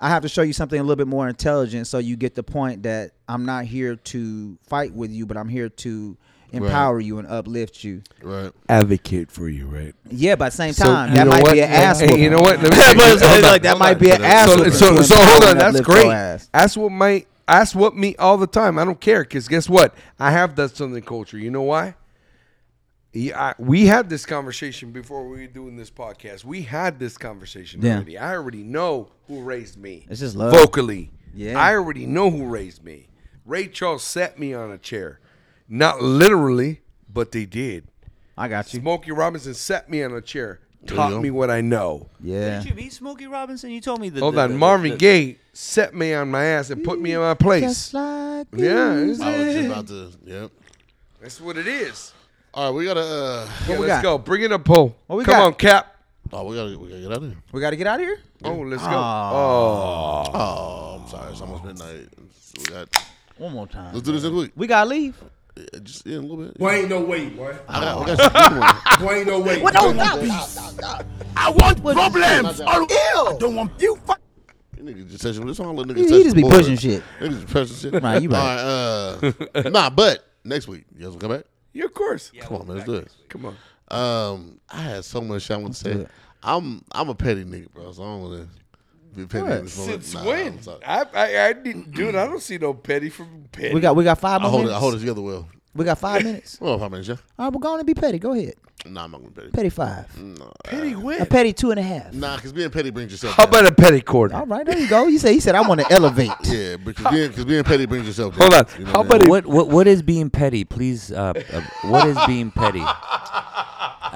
I have to show you something a little bit more intelligent so you get the point that I'm not here to fight with you, but I'm here to empower you and uplift you. Right. Advocate for you, right? Yeah, but at the same So, time, you that know might what? be an ass Hey, whooping. you know what? Let me- But it's- hold it's on. like that might be an So- ass So, whooping. so, to so empower hold on. and That's uplift your great. ass. Ass whoop my ass whoop me all the time. I don't care because guess what? I have that Southern culture. You know why? Yeah, I, we had this conversation before we were doing this podcast. We had this conversation Yeah. already. I already know who raised me. It's just love. Vocally. Yeah. I already know who raised me. Ray Charles sat me on a chair. Not literally, but they did. I got you. Smokey Robinson sat me on a chair, you taught go. me what I know. Yeah. Did you meet Smokey Robinson? You told me the. Hold the, on, the- Marvin the- Gaye set me on my ass and put me in my place. Just like yeah, you. is I was just it? about to. Yep. that's what it is. All right, we gotta. Uh, Yeah, we got? let's go. Bring it up, Paul. What we Come got? on, Cap. Oh, we gotta, we gotta get out of here. We got to get out of here. Oh, let's go. Aw. Oh. Oh, I'm sorry. It's almost midnight. We got, One more time. let's do this next week. We gotta leave. Yeah, Just yeah, a little bit. Boy, ain't no way, boy. I got, I got some good ones. Boy, ain't no way. I want problems. I don't want you. Fuck. Niggas just touching. That's all the He- niggas he touching just be boys. pushing shit. Niggas just pushing shit. Right, you right. All right, uh, nah, but next week you guys will come back. Yeah, of course. Come on, man, let's do it. Come on. Um, I had so much shit I want to do say. it. I'm I'm a petty nigga, bro. So I don't want to be petty. in this moment. Since Nah, when? I'm sorry. I, I, I, I didn't, dude. I don't see no petty from petty. We got we got five more Oh, hold it. minutes. I hold it together well. We got five minutes. Well, how many? Yeah. All right, we're going to be petty. Go ahead. Nah, I'm not gonna be petty. Petty five. petty A win. petty two and a half. Nah, because being petty brings yourself. How down. about a petty quarter? All right, there you go. He said he said I want to elevate. Yeah, because being, 'cause being petty brings yourself. Hold down. on. You know How what I mean? about What what what is being petty? Please, uh, uh, what is being petty? I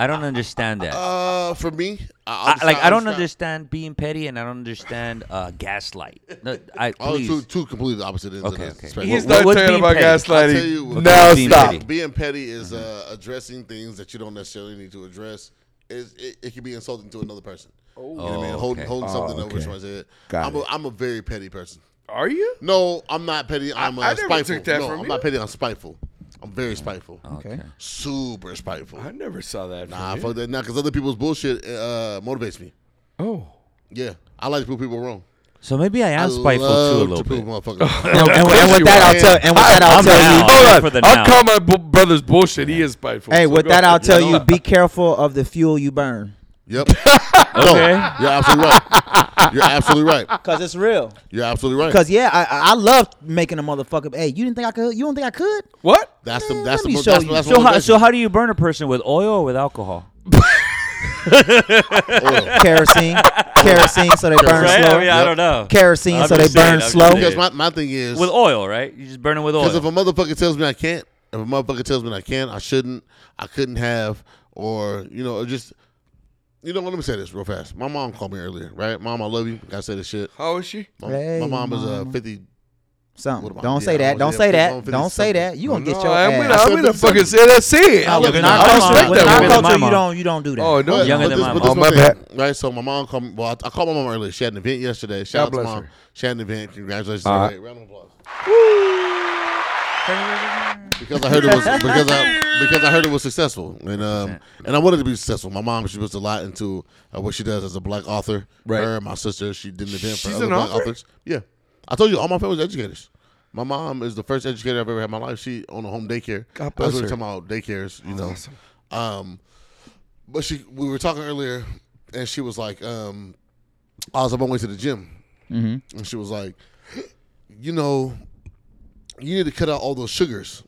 don't understand that. Uh, for me, I, I, like I don't understand. understand being petty, and I don't understand uh, gaslight. No, I Oh, please. two two completely opposite ends. Okay, of this okay. spectrum. He's What- not what's talking being about petty? I'll tell you gaslighting. what- Now Being stop. petty. being petty is uh, addressing things that you don't necessarily need to address. Is it, it can be insulting to another person. Oh, you know what I mean? Oh, Hold, okay. Holding something Oh, over okay. someone's head. Got I'm, it. A, I'm a very petty person. Are you? No, I'm not petty. I'm uh, I never spiteful. took that no, from I'm you. not petty. I'm spiteful. I'm very spiteful. Okay. Super spiteful. I never saw that. Nah, from you. fuck that. Nah, because other people's bullshit uh, motivates me. Oh. Yeah, I like to prove people wrong. So maybe I am I spiteful too love a to little prove bit. motherfuckers And, wrong. and with- and with you that, are. I'll tell. And with that, I'll I'm tell down. you. Hold Hold on. For on. the I'll now. call my b- brother's bullshit. He is spiteful. Hey, so with go that, I'll ahead. tell you: be careful of the fuel you burn, Yep. No, you're absolutely right. You're absolutely right. cause it's real. You're absolutely right. Cause yeah, I I I love making a motherfucker. Hey, you didn't think I could? You don't think I could? What? That's Man, the that's Eh, let the me mo- show that's, you. that's So how, motivation. so how do you burn a person with oil or with alcohol? Oil. Kerosene, kerosene, so they burn Right? slow. I mean, I don't know. Kerosene, I'm so they just burn saying, I'm just slow. Because saying. my, my thing is With oil, right? You just burn it with oil. because if a motherfucker tells me I can't, if a motherfucker tells me I can't, I shouldn't, I couldn't have, or you know, or just you know, what, let me say this real fast. My mom called me earlier, right? Mom, I love you. I said this shit. How is she? My, Hey, my mom is uh mama. fifty. What Something. about- Don't yeah, say I that. was Don't in say 50, that. 50 Don't say something. that. You gonna get No, your I'm gonna, ass. I'm gonna fucking say that. Say it. I I love With you. respect I our culture, respect with that. our Younger than my culture, you mom. don't you don't do that. Oh no. But- Younger but than this- my but mom. this Oh, my thing, bad. Right, so my mom called. me- Well, I, I called my mom earlier. She had an event yesterday. Shout out God to bless mom. her. She had an event. Congratulations. All everybody. Round of applause. Because I heard it was because I because I heard it was successful and um and I wanted to be successful. My mom she was a lot into uh, what she does as a black author. Right. Her and my sister she did an event for She's other an black author? authors. Yeah, I told you all my family's educators. My mom is the first educator I've ever had in my life. She owned a home daycare. God I was bless her. talking about daycares, you know. Um, but she we were talking earlier, and she was like, um, I was on my way to the gym, mm-hmm. and she was like, you know, you need to cut out all those sugars.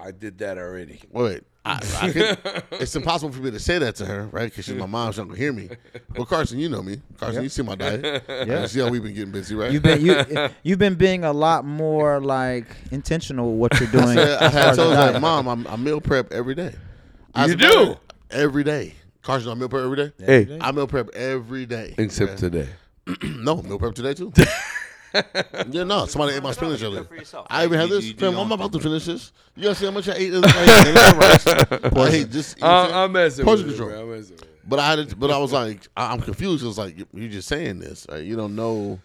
I did that already. Wait, I, I could, it's impossible for me to say that to her, right? Because she's my mom. She don't hear me. Well, Carson, you know me. Carson, you see my diet. You see how we've been getting busy, right? You've been you you've been being a lot more like intentional with what you're doing. I as far had as told diet. her, Mom, I'm, I meal prep every day. I You said, "Mom, do?" every day. Carson, I meal prep every day. Hey, I meal prep every day. except today. No, meal prep today too. yeah, no. Somebody ate my spinach earlier. I even had You- this. you do Fam, your I'm own about to finish this. You gotta see how much I ate. I rice. I hate just. you know what I'm Uh, saying? I'm messing Portion with you, control. bro. I'm messing with you. But I had, to- but I was like, I- I'm confused. It was like you- you're just saying this. Right? You don't know.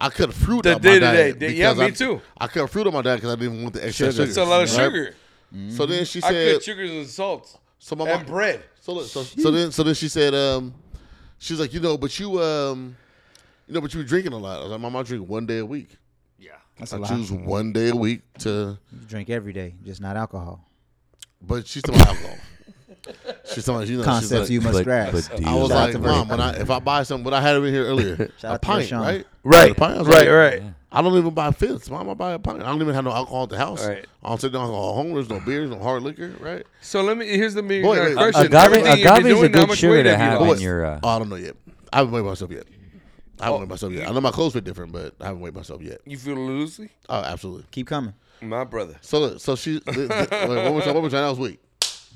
I cut fruit The out my day-to-day. diet. Day- because yeah, me I- too. I cut fruit on my diet because I didn't want the extra sugar. That's a lot of right? sugar. So then she I said, cut sugars and salts so my and mom- bread. So, look, so so then so then she said, um, she's like, you know, but you um, you know, but you were drinking a lot. I was like, Mom, I drink one day a week. That's I a lot. choose one day a week to, You drink every day, just not alcohol. but she's talking about alcohol. She's talking, about, you know, she's Concepts like- you must grasp. I was Shout out like, to Mom, Vershawn. when I if I buy something, what I had over here earlier, Shout a out to pint, Vershawn. right? Right, A pint. I was right, like, right. I don't even buy fits. Mom, I buy a pint. I don't even have no alcohol at the house. Right. I don't take no alcohol home. There's no beers, no hard liquor, right? So let me. Here's the million Boy, dollar wait, question. agave Everything you've been agave is a doing, how good much sugar weight to have you have lost? in your. Uh, Oh, I don't know yet. I haven't weighed myself yet. I haven't weighed myself yet. I know my clothes fit different, but I haven't weighed myself yet. You feel loosely? Oh, absolutely. Keep coming. My brother. So look, so she th- th- wait, one more time, one more time. That was weak.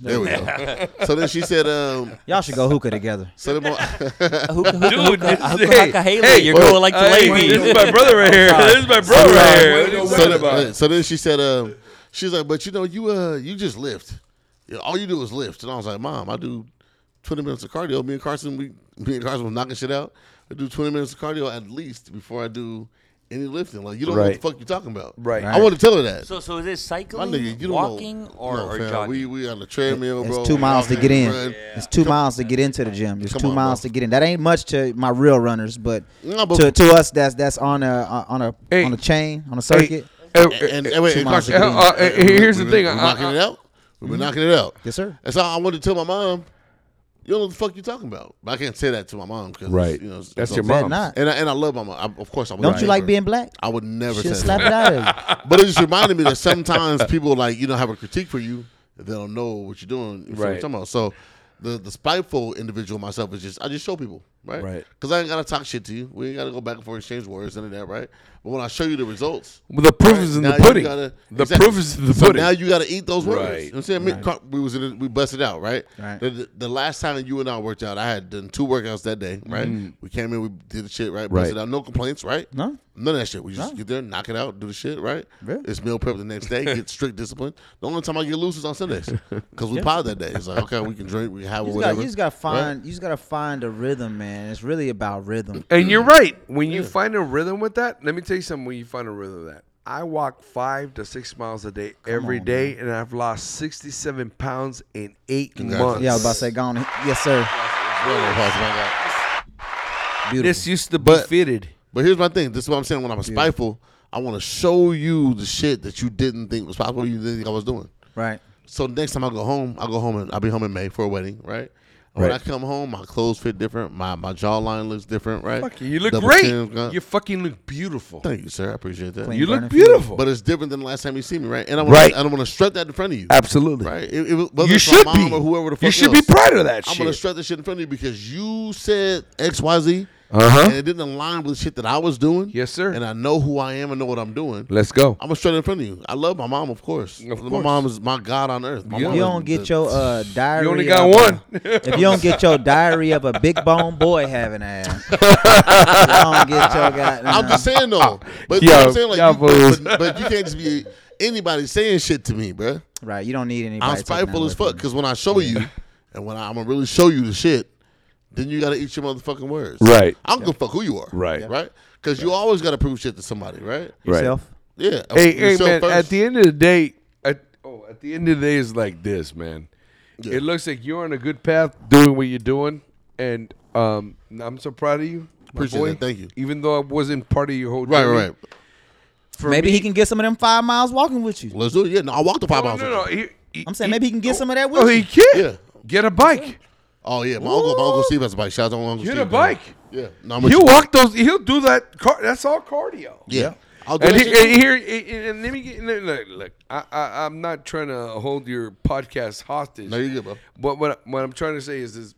There we go. so then she said, um, Y'all should go hookah together. so then my, hookah, hookah, Dude, hookah, this is- hookah, hey, hookah, Haley, hey, you're wait. going like the Hey, lady. this is my brother right here. This is my brother right here. What are you so, talking then, about? so then she said, um, she's like, but you know, you uh, you just lift. You- All you do is lift, and I was like, Mom, I do twenty minutes of cardio. Me and Carson, we me and Carson was knocking shit out. I do twenty minutes of cardio at least before I do any lifting. Like you don't know Right. what the fuck you talking about. Right. I want to tell her that. So, so is it My cycling, nigga, you don't walking, know. or, no, or fam, jogging? We we on the treadmill, bro. It's two We miles to walking, get in. run. It's two miles to get into the gym. It's Come two on, miles bro. to get in. That ain't much to my real runners, but, No, but- to, to us that's that's on a uh, on a Hey. on a chain on a circuit. And, And- and, and wait, Two and miles Carson, to get in. Uh, uh, here's the we- thing, We're I- knocking I- it out. We're knocking it out. uh, mm-hmm. Yes, sir. That's all I wanted to tell my mom. You don't know what the fuck you talking about. But I can't say that to my mom because Right. you know it's- That's it's your okay. mom. not. And I, and I love my mom. I, of course, I would. Don't you like never- being black? I would never say She'll that. slap it out of But it just reminded me that sometimes people like you know have a critique for you. They don't know what you're doing. Right. What Right. you're talking about. So the the spiteful individual myself is just I just show people right. Right. Because I ain't gotta talk shit to you. We ain't gotta go back and forth exchange words none of that right. But when I show you the results. Well, the proof right, is in now the you pudding. gotta- the exactly. proof is in the so pudding. now you got to eat those words. Right. You know what I'm saying? Me- Car- we was in it, we busted out, right? Right. The, the, the last time you and I worked out, I had done two workouts that day, right? We came in, we did the shit, right? Busted Mm. Right. out, Uh, no complaints, right? No. None of that shit. We just get there, knock it out, do the shit, right? Yeah. It's meal prep the next day, get strict discipline. The only time I get loose is on Sundays because we pod that day. It's like, okay, we can drink, we can have You just, whatever. gotta, you just gotta right? find you just gotta find a rhythm, man. It's really about rhythm. And you're right. When you find a rhythm with that, let me tell you something. When you find a rhythm with that, I walk five to six miles a day every on, day, and I've lost 67 pounds in eight Congrats. months. Yeah, I was about to say gone. Yes, sir. Well, pause, my God. Beautiful. This used to be But- fitted. But here's my thing. This is what I'm saying. When I'm spiteful, I want to show you the shit that you didn't think was possible. You didn't think I was doing. right. So next time I go home, I go home and I'll be home in May for a wedding, right? When I come home, my clothes fit different. My my jawline looks different, right? Fuck you, you look Double great. chin's gone. You fucking look beautiful. Thank you, sir. I appreciate that. Clean. You look Burning fuel. beautiful. But it's different than the last time you see me, right? And I want Right. to I don't want to strut that in front of you, Absolutely. right? It- it- whether You it's should my mom be. or whoever the fuck You should else, be proud of that I'm gonna shit. strut this shit in front of you because you said X Y Z, Uh-huh. and it didn't align with shit that I was doing. Yes, sir. And I know who I am and know what I'm doing. Let's go. I'm gonna strut in front of you. I love my mom, of course. my course. mom is my god on earth. My mom you is don't the- get your uh, diary. only got of a- one. if you don't get your diary of a big bone boy having ass, you don't get your goddamn. I'm just saying though. But you Yo, know what I'm saying? y'all Like, fools. you, but, but you can't just be anybody saying shit to me, bruh. Right. You don't need anybody. I'm taking that spiteful as away from fuck you. because when I show you and when I, I'm gonna really show you the shit, then you gotta eat your motherfucking words. Right. I don't give a fuck who you are. Right. Right. Because you always gotta prove shit to somebody, right? Yourself. Yeah. Hey, hey, Yourself man. first. At the end of the day, at, oh, at the end of the day is like this, man. Yeah. It looks like you're on a good path doing what you're doing, and um, I'm so proud of you. my Appreciate boy. that. Thank you. Even though I wasn't part of your whole right, journey. right, right. For maybe me- he can get some of them five miles walking with you. Let's do it. Yeah, no, I walked the five No, miles. no, no. He, he- I'm saying maybe he can get some of that with Oh, you. he can. Yeah. Get a bike. Oh yeah, my uncle, my uncle Steve has a bike. Shout out to my uncle Get Steve. a bike. Yeah, no, I'm with He'll you. walk those. He'll do that. Car, that's all cardio. Yeah, I'll do And, that he, shit. and here, and, and let me get look. Look, look I, I, I'm not trying to hold your podcast hostage. No, you're good, bro. But what what I'm trying to say is is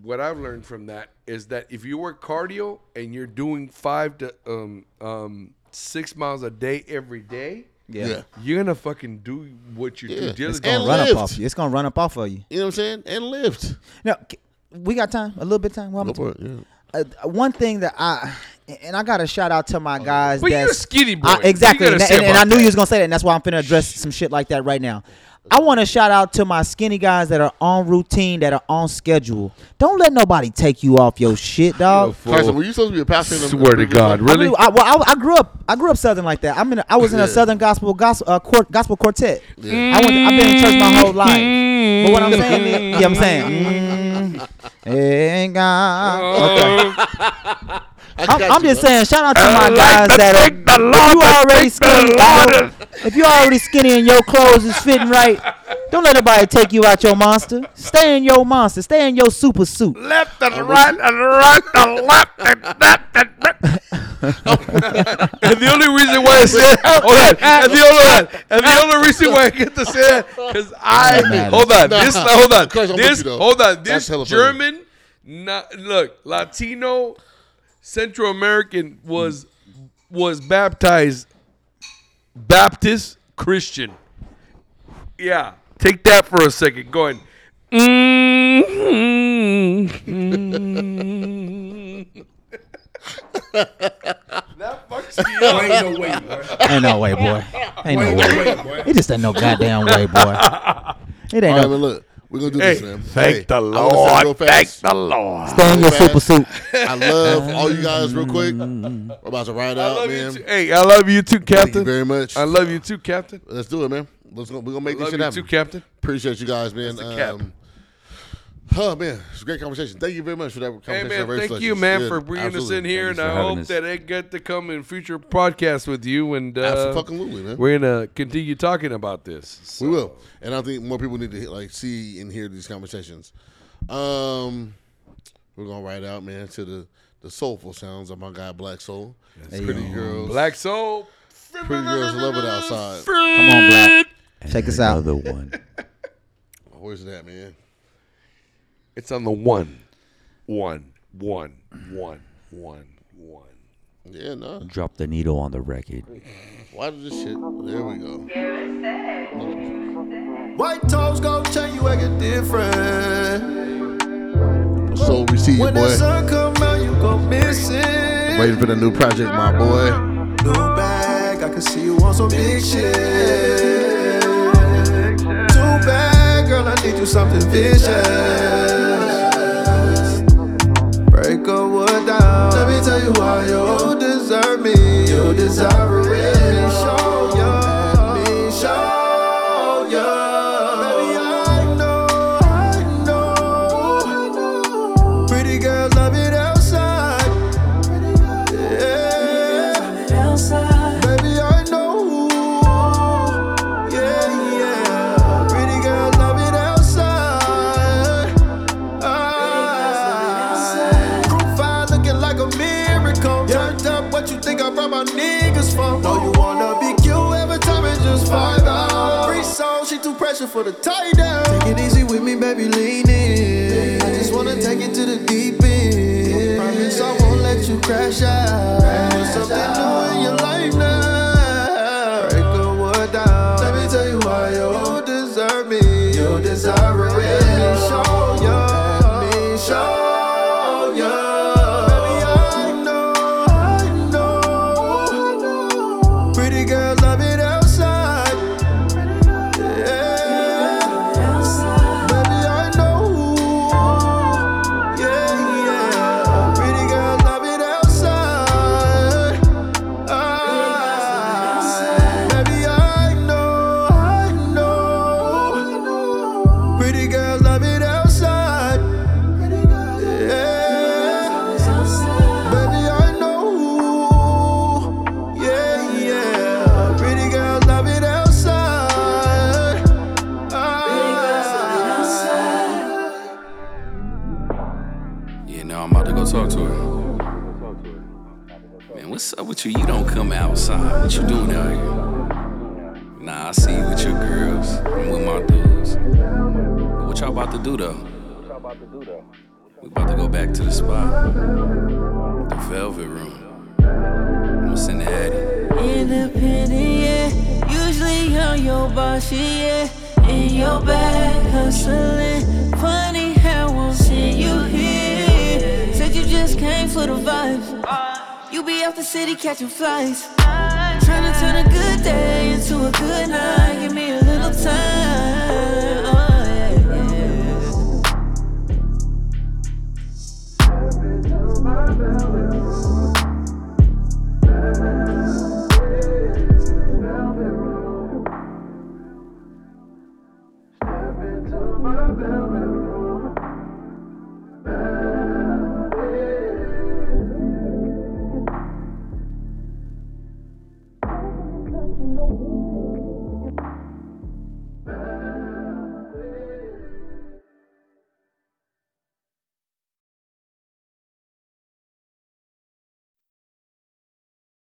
what I've learned from that is that if you work cardio and you're doing five to um um six miles a day every day, Yeah. Yeah. you're gonna fucking do what you Yeah. do. It's It's diligently. gonna And run lift. up off you. It's gonna run up off of you. You know what I'm saying? And lift. Now, c- we got time. A little bit of time. Well, I'm Go for it, yeah. uh, one thing that I and I got to shout out to my guys. Oh, But you're that's- a skinny boy. I- What you Ah, exactly, gotta and, say and- and about I knew that? you was gonna say that, and that's why I'm finna address some shit like that right now. I want to shout out to my skinny guys that are on routine, that are on schedule. Don't let nobody take you off your shit, dog. Carson, were you supposed to be a pastor? in the- Swear to God, Right. really? I, well, I, I grew up. I grew up Southern like that. I'm in. A, I was in Yeah. a Southern gospel gospel, uh, court, gospel quartet. I went. To, I've been in church my whole life. But what I'm saying, Mm. is, yeah, I'm saying, mm, ain't Oh. God. Okay. I'm, I'm just saying, shout out to my guys that are, if you already skinny. yo, if you already skinny and your clothes is fitting right, don't let nobody take you out your monster. Stay in your monster. Stay in your super suit. Left Oh, and right and right and left and left and left. And the only reason why I said hold on, and the only and the only reason why I get to say that because I matters. hold on Nah. this hold on Chris, I'm with this you, though. hold on That's this hella funny. German not look Latino Central American was was baptized Baptist Christian. Yeah, take that for a second. Going. that fucks me up. Ain't no way, boy. Ain't no way, boy. Ain't no way. It just ain't no goddamn way, boy. It ain't All right, no. but look, We're gonna do Hey, this, man. Thank Hey, the I wanna say Lord. real Thank fast, the Lord. Stay in your Fast. super suit. I love all you guys. Real quick, Mm-hmm. we're about to ride I out, love man. you too. Hey, I love you too, Thank you Captain. very much. I love you too, Captain. Let's do it, man. Let's go. We're gonna I make this shit love you happen. too, Captain. Appreciate you guys, man. That's the cap. Um, oh man, it's a great conversation. Thank you very much for that Hey conversation. man, Very thank selective. you, man, Yeah, for bringing us in absolutely. here, and for I having hope us. that I get to come in future podcasts with you. And uh, Absolutely, man. we're gonna continue talking about this. We will, and I think more people need to like see and hear these conversations. Um, we're gonna ride out, man, to the the soulful sounds of my guy Black Soul. Pretty girls, Black Soul. pretty girls love it outside. Come on, Black. Check us out. Another one. Where's that, man? It's on the one, one, one, one, one, one. Yeah, no. Drop the needle on the record. Why did this shit? There we go. White toes gonna tell you I get different. So we see you, When that boy. sun come out, you gon' miss it. Waiting for the new project, my boy. New bag, I can see you on some big shit. Too bad, girl, I need you something vicious. Break a wood down. Let me tell you why you deserve me. You deserve it. Let me show ya. Let me show ya. Baby, I know, I know. Pretty girl, love it outside. Yeah. Baby, I know. Yeah, yeah. Pretty girl, love it outside. Ah. Profile looking like a miracle. Turned up what you think I brought my niggas for. Know you wanna be cute every time it just vibe out. Free soul, she too pressure for the tight down. Take it easy with me, baby, lean in. I just wanna take it to the deep end. Promise I won't let you crash out. Something new in your life now. Break the wood down. Let me tell you why you deserve me. You deserve it. Let me show you. Let me show you. Baby, I know, I know. Pretty girl, love it outside. Yeah. Baby, I know. Yeah, yeah. Pretty girl, love it outside. Ah, baby, I know, I know. Pretty girl, love it outside. Yeah. Baby, I know. Yeah, yeah. Pretty girl, love it outside. Ah. Yeah, now I'm about to go talk to her. Man, what's up with you? You don't come outside. What you doing out here? Nah, I see you with your girls. I'm with my dudes. But what y'all about to do though? We about to go back to the spot. The Velvet Room. I'ma send the Addy. Independent, yeah. Usually on your boss, she, yeah. In your bag, hustling. Funny how I'm seeing you here. Said you just came for the vibes. You be out the city catching flies. Tryna turn a Oh, good day into a good night.